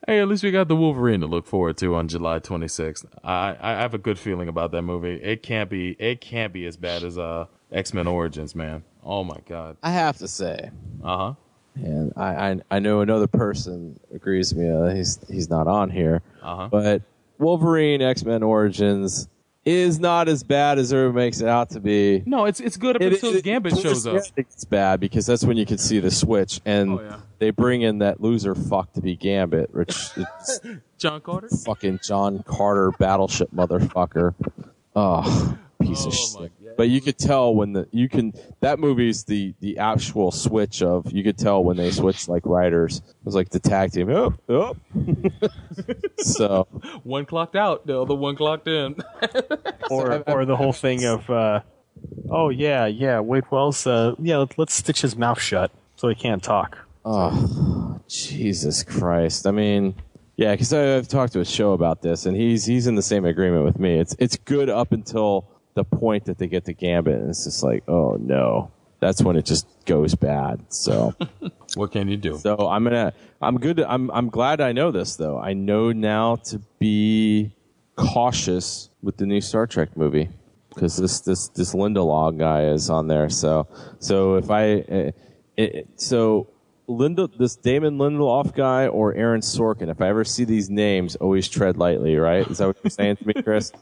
H: Hey, at least we got the Wolverine to look forward to on July 26th. I I have a good feeling about that movie. It can't be. It can't be as bad as uh X Men Origins, man. Oh my god.
B: I have to say,
H: Uh huh.
B: and I, I I know another person agrees with me. Uh, he's he's not on here,
H: Uh-huh.
B: but Wolverine X Men Origins is not as bad as everyone makes it out to be.
H: No, it's it's good up until Gambit shows up.
B: It's bad because that's when you can see the switch, and
H: Oh, yeah.
B: they bring in that loser fuck to be Gambit, which is
H: John Carter.
B: fucking John Carter battleship motherfucker. Oh, piece
H: Oh,
B: of
H: my
B: shit.
H: God.
B: But you could tell when the you can that movie's the the actual switch of you could tell when they switched like writers. It was like the tag team. Oh, oh. so
H: One clocked out. The other one clocked in.
E: or or the whole thing of uh, oh yeah yeah Wade Wells uh, yeah let, let's stitch his mouth shut so he can't talk.
B: Jesus Christ. I mean, Yeah, because I've talked to a show about this, and he's he's in the same agreement with me. It's it's good up until the point that they get to Gambit, and it's just like, oh no, that's when it just goes bad. So
H: What can you do?
B: so I'm gonna I'm good. I'm I'm glad I know this though. I know now to be cautious with the new Star Trek movie because this this this Lindelof guy is on there. So so if I uh, it, so Linda this Damon Lindelof guy or Aaron Sorkin. If I ever see these names, always tread lightly. Right? Is that what you're saying to me, Chris?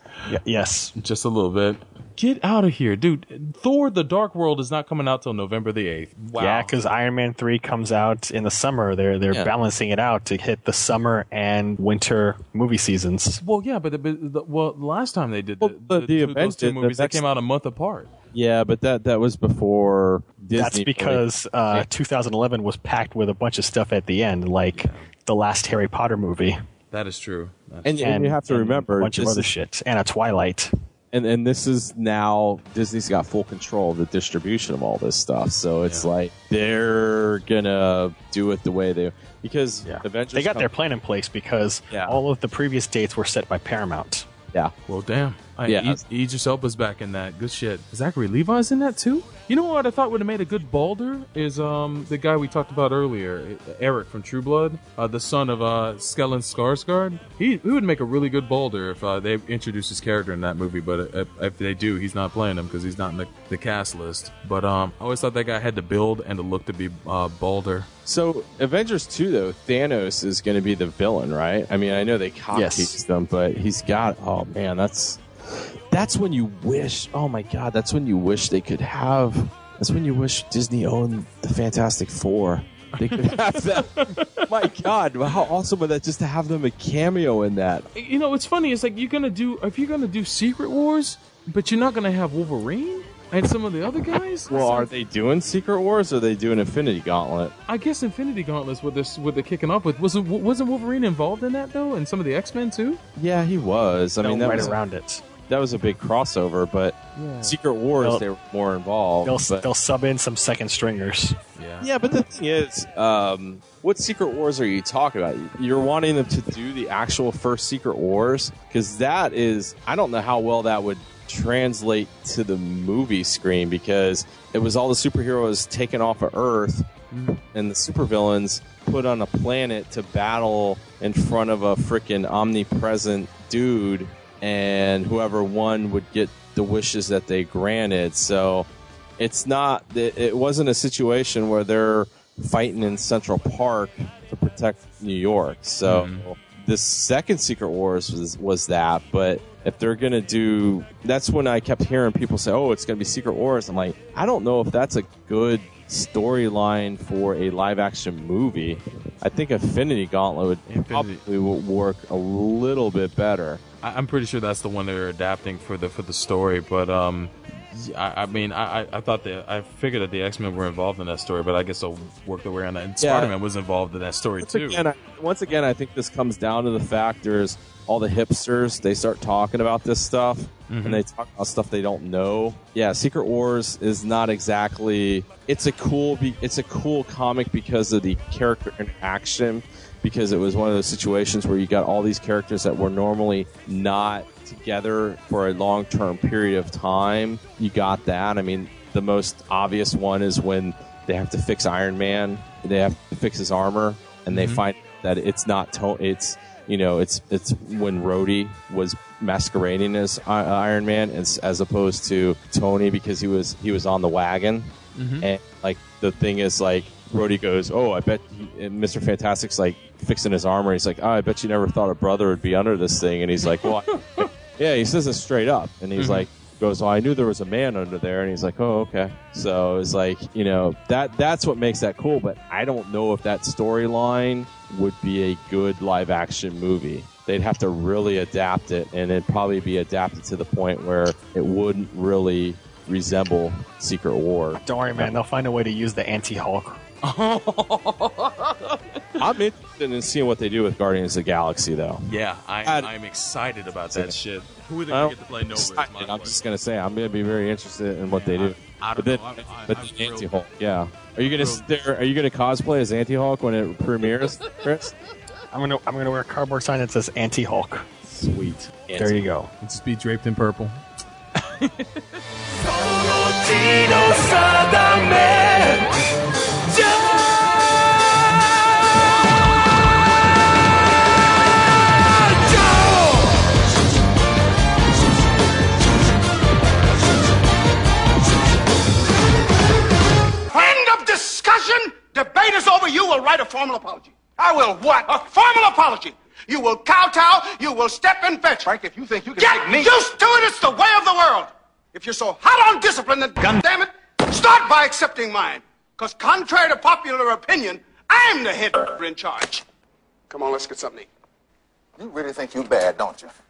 E: Yes.
H: Just a little bit. Get out of here, dude. Thor: The Dark World is not coming out till November the eighth. Wow.
E: Yeah, because Iron Man three comes out in the summer. They're they're
B: Yeah.
E: balancing it out to hit the summer and winter movie seasons.
H: well, yeah, but the, but the well, last time they did the,
B: Well, but
H: the,
B: the
H: two, those
B: event
H: two
B: did- the
H: movies, that
B: next-
H: came out a month apart.
B: Yeah, but that that was before Disney.
E: That's because uh, 2011 was packed with a bunch of stuff at the end, like the last Harry Potter movie,
H: That is true. That's
B: and, and you have to
E: and
B: remember
E: a bunch of
B: this
E: other
B: is-
E: shit, and a Twilight.
B: and and this is now Disney's got full control of the distribution of all this stuff. So it's
H: Yeah.
B: like they're gonna do it the way they because
E: Yeah,
B: Avengers
E: they got
B: come-
E: their plan in place because
B: Yeah.
E: all of the previous dates were set by Paramount.
B: yeah.
H: Well, damn. I,
B: Yeah.
H: yeah. E- Idris Elba's back in that. Good shit. Zachary Levi's in that too. You know what I thought would have made a good Balder is um the guy we talked about earlier, Eric from True Blood, uh, the son of uh Stellan Skarsgård. He, he would make a really good Balder if uh, they introduced his character in that movie. But uh, if, if they do, he's not playing him because he's not in the, the cast list. But um, I always thought that guy had the build and the look to be uh, Balder.
B: So Avengers two though Thanos is gonna be the villain, right? I mean I know they copied
E: Yes.
B: them, but he's got oh man that's that's when you wish oh my god that's when you wish they could have that's when you wish Disney owned the Fantastic Four. They could have that. my God, how awesome would that just to have them a cameo in that?
H: You know, it's funny. It's like you're gonna do if you're gonna do Secret Wars, but you're not gonna have Wolverine and some of the other guys.
B: Well,
H: So-
B: are they doing Secret Wars or are they doing Infinity Gauntlet?
H: I guess Infinity Gauntlet's what this what they're kicking off with. Was it, wasn't Wolverine involved in that though, and some of the X Men too?
B: Yeah, he was. I mean,
E: They'll
B: that
E: right
B: was
E: around it,
B: that was a big crossover, but Secret Wars
E: They'll-
B: they were more involved.
E: they'll
B: but-
E: they'll sub in some second stringers.
B: yeah, but the thing is, um, what Secret Wars are you talking about? You're wanting them to do the actual first Secret Wars because that is, I don't know how well that would translate to the movie screen because it was all the superheroes taken off of Earth and the supervillains put on a planet to battle in front of a freaking omnipresent dude, and whoever won would get the wishes that they granted. So it's not, it it wasn't a situation where they're fighting in Central Park to protect New York. So the second Secret Wars was, was that, but if they're gonna do, that's when I kept hearing people say, "Oh, it's gonna be Secret Wars." I'm like, I don't know if that's a good storyline for a live action movie. I think Infinity Gauntlet would
H: Infinity.
B: probably would work a little bit better.
H: I, I'm pretty sure that's the one they're adapting for the for the story. But um, I, I mean, I, I- I thought that I figured that the X Men were involved in that story, but I guess they'll work their way around that. And
B: Yeah.
H: Spider Man was involved in that story
B: Once
H: too.
B: again, I, once again, I think this comes down to the fact there's all the hipsters. They start talking about this stuff, and they talk about stuff they don't know. Yeah, Secret Wars is not exactly. It's a cool. Be, it's a cool comic because of the character interaction. Because it was one of those situations where you got all these characters that were normally not together for a long term period of time. You got that. I mean, the most obvious one is when they have to fix Iron Man. They have to fix his armor, and they find that it's not to- it's you know it's it's when Rhodey was masquerading as I- uh, Iron Man as, as opposed to Tony because he was he was on the wagon, and like the thing is like Rhodey goes, oh, I bet he, and Mr. Fantastic's like fixing his armor. He's like, oh, I bet you never thought a brother would be under this thing, and he's like, well, I- yeah, he says it straight up, and he's like, goes, "Oh, I knew there was a man under there," and he's like, "Oh, okay." So it's like, you know, that that's what makes that cool. But I don't know if that storyline would be a good live action movie. They'd have to really adapt it, and it'd probably be adapted to the point where it wouldn't really resemble Secret War.
E: Don't worry, man. They'll find a way to use the anti Hulk.
B: I'm interested in seeing what they do with Guardians of the Galaxy, though.
H: yeah, I,
B: I'd-
H: I'm excited about that shit. Who are they
B: I
H: gonna
B: don't-
H: get to play Nova? Is my
B: I'm
H: question.
B: just gonna say I'm gonna be very interested in what they do.
H: I don't
B: but then,
H: know. I'm- I-
B: but
H: I'm
B: then Anti
H: thrilled.
B: Hulk, yeah. Are you gonna stare, Are you gonna cosplay as Anti Hulk when it premieres, Chris?
E: I'm gonna I'm gonna wear a cardboard sign that says anti Hulk.
B: Sweet.
E: There you go.
D: Just be draped in purple.
A: End of discussion. Debate is over. You will write a formal apology. I will what? A formal apology. You will kowtow. You will step and fetch. Frank, if you think you can get me used to it, it's the way of the world. If you're so hot on discipline, then damn it, start by accepting mine. Because contrary to popular opinion, I'm the head in charge. Come on, let's get something to eat.
J: You really think you bad, don't you?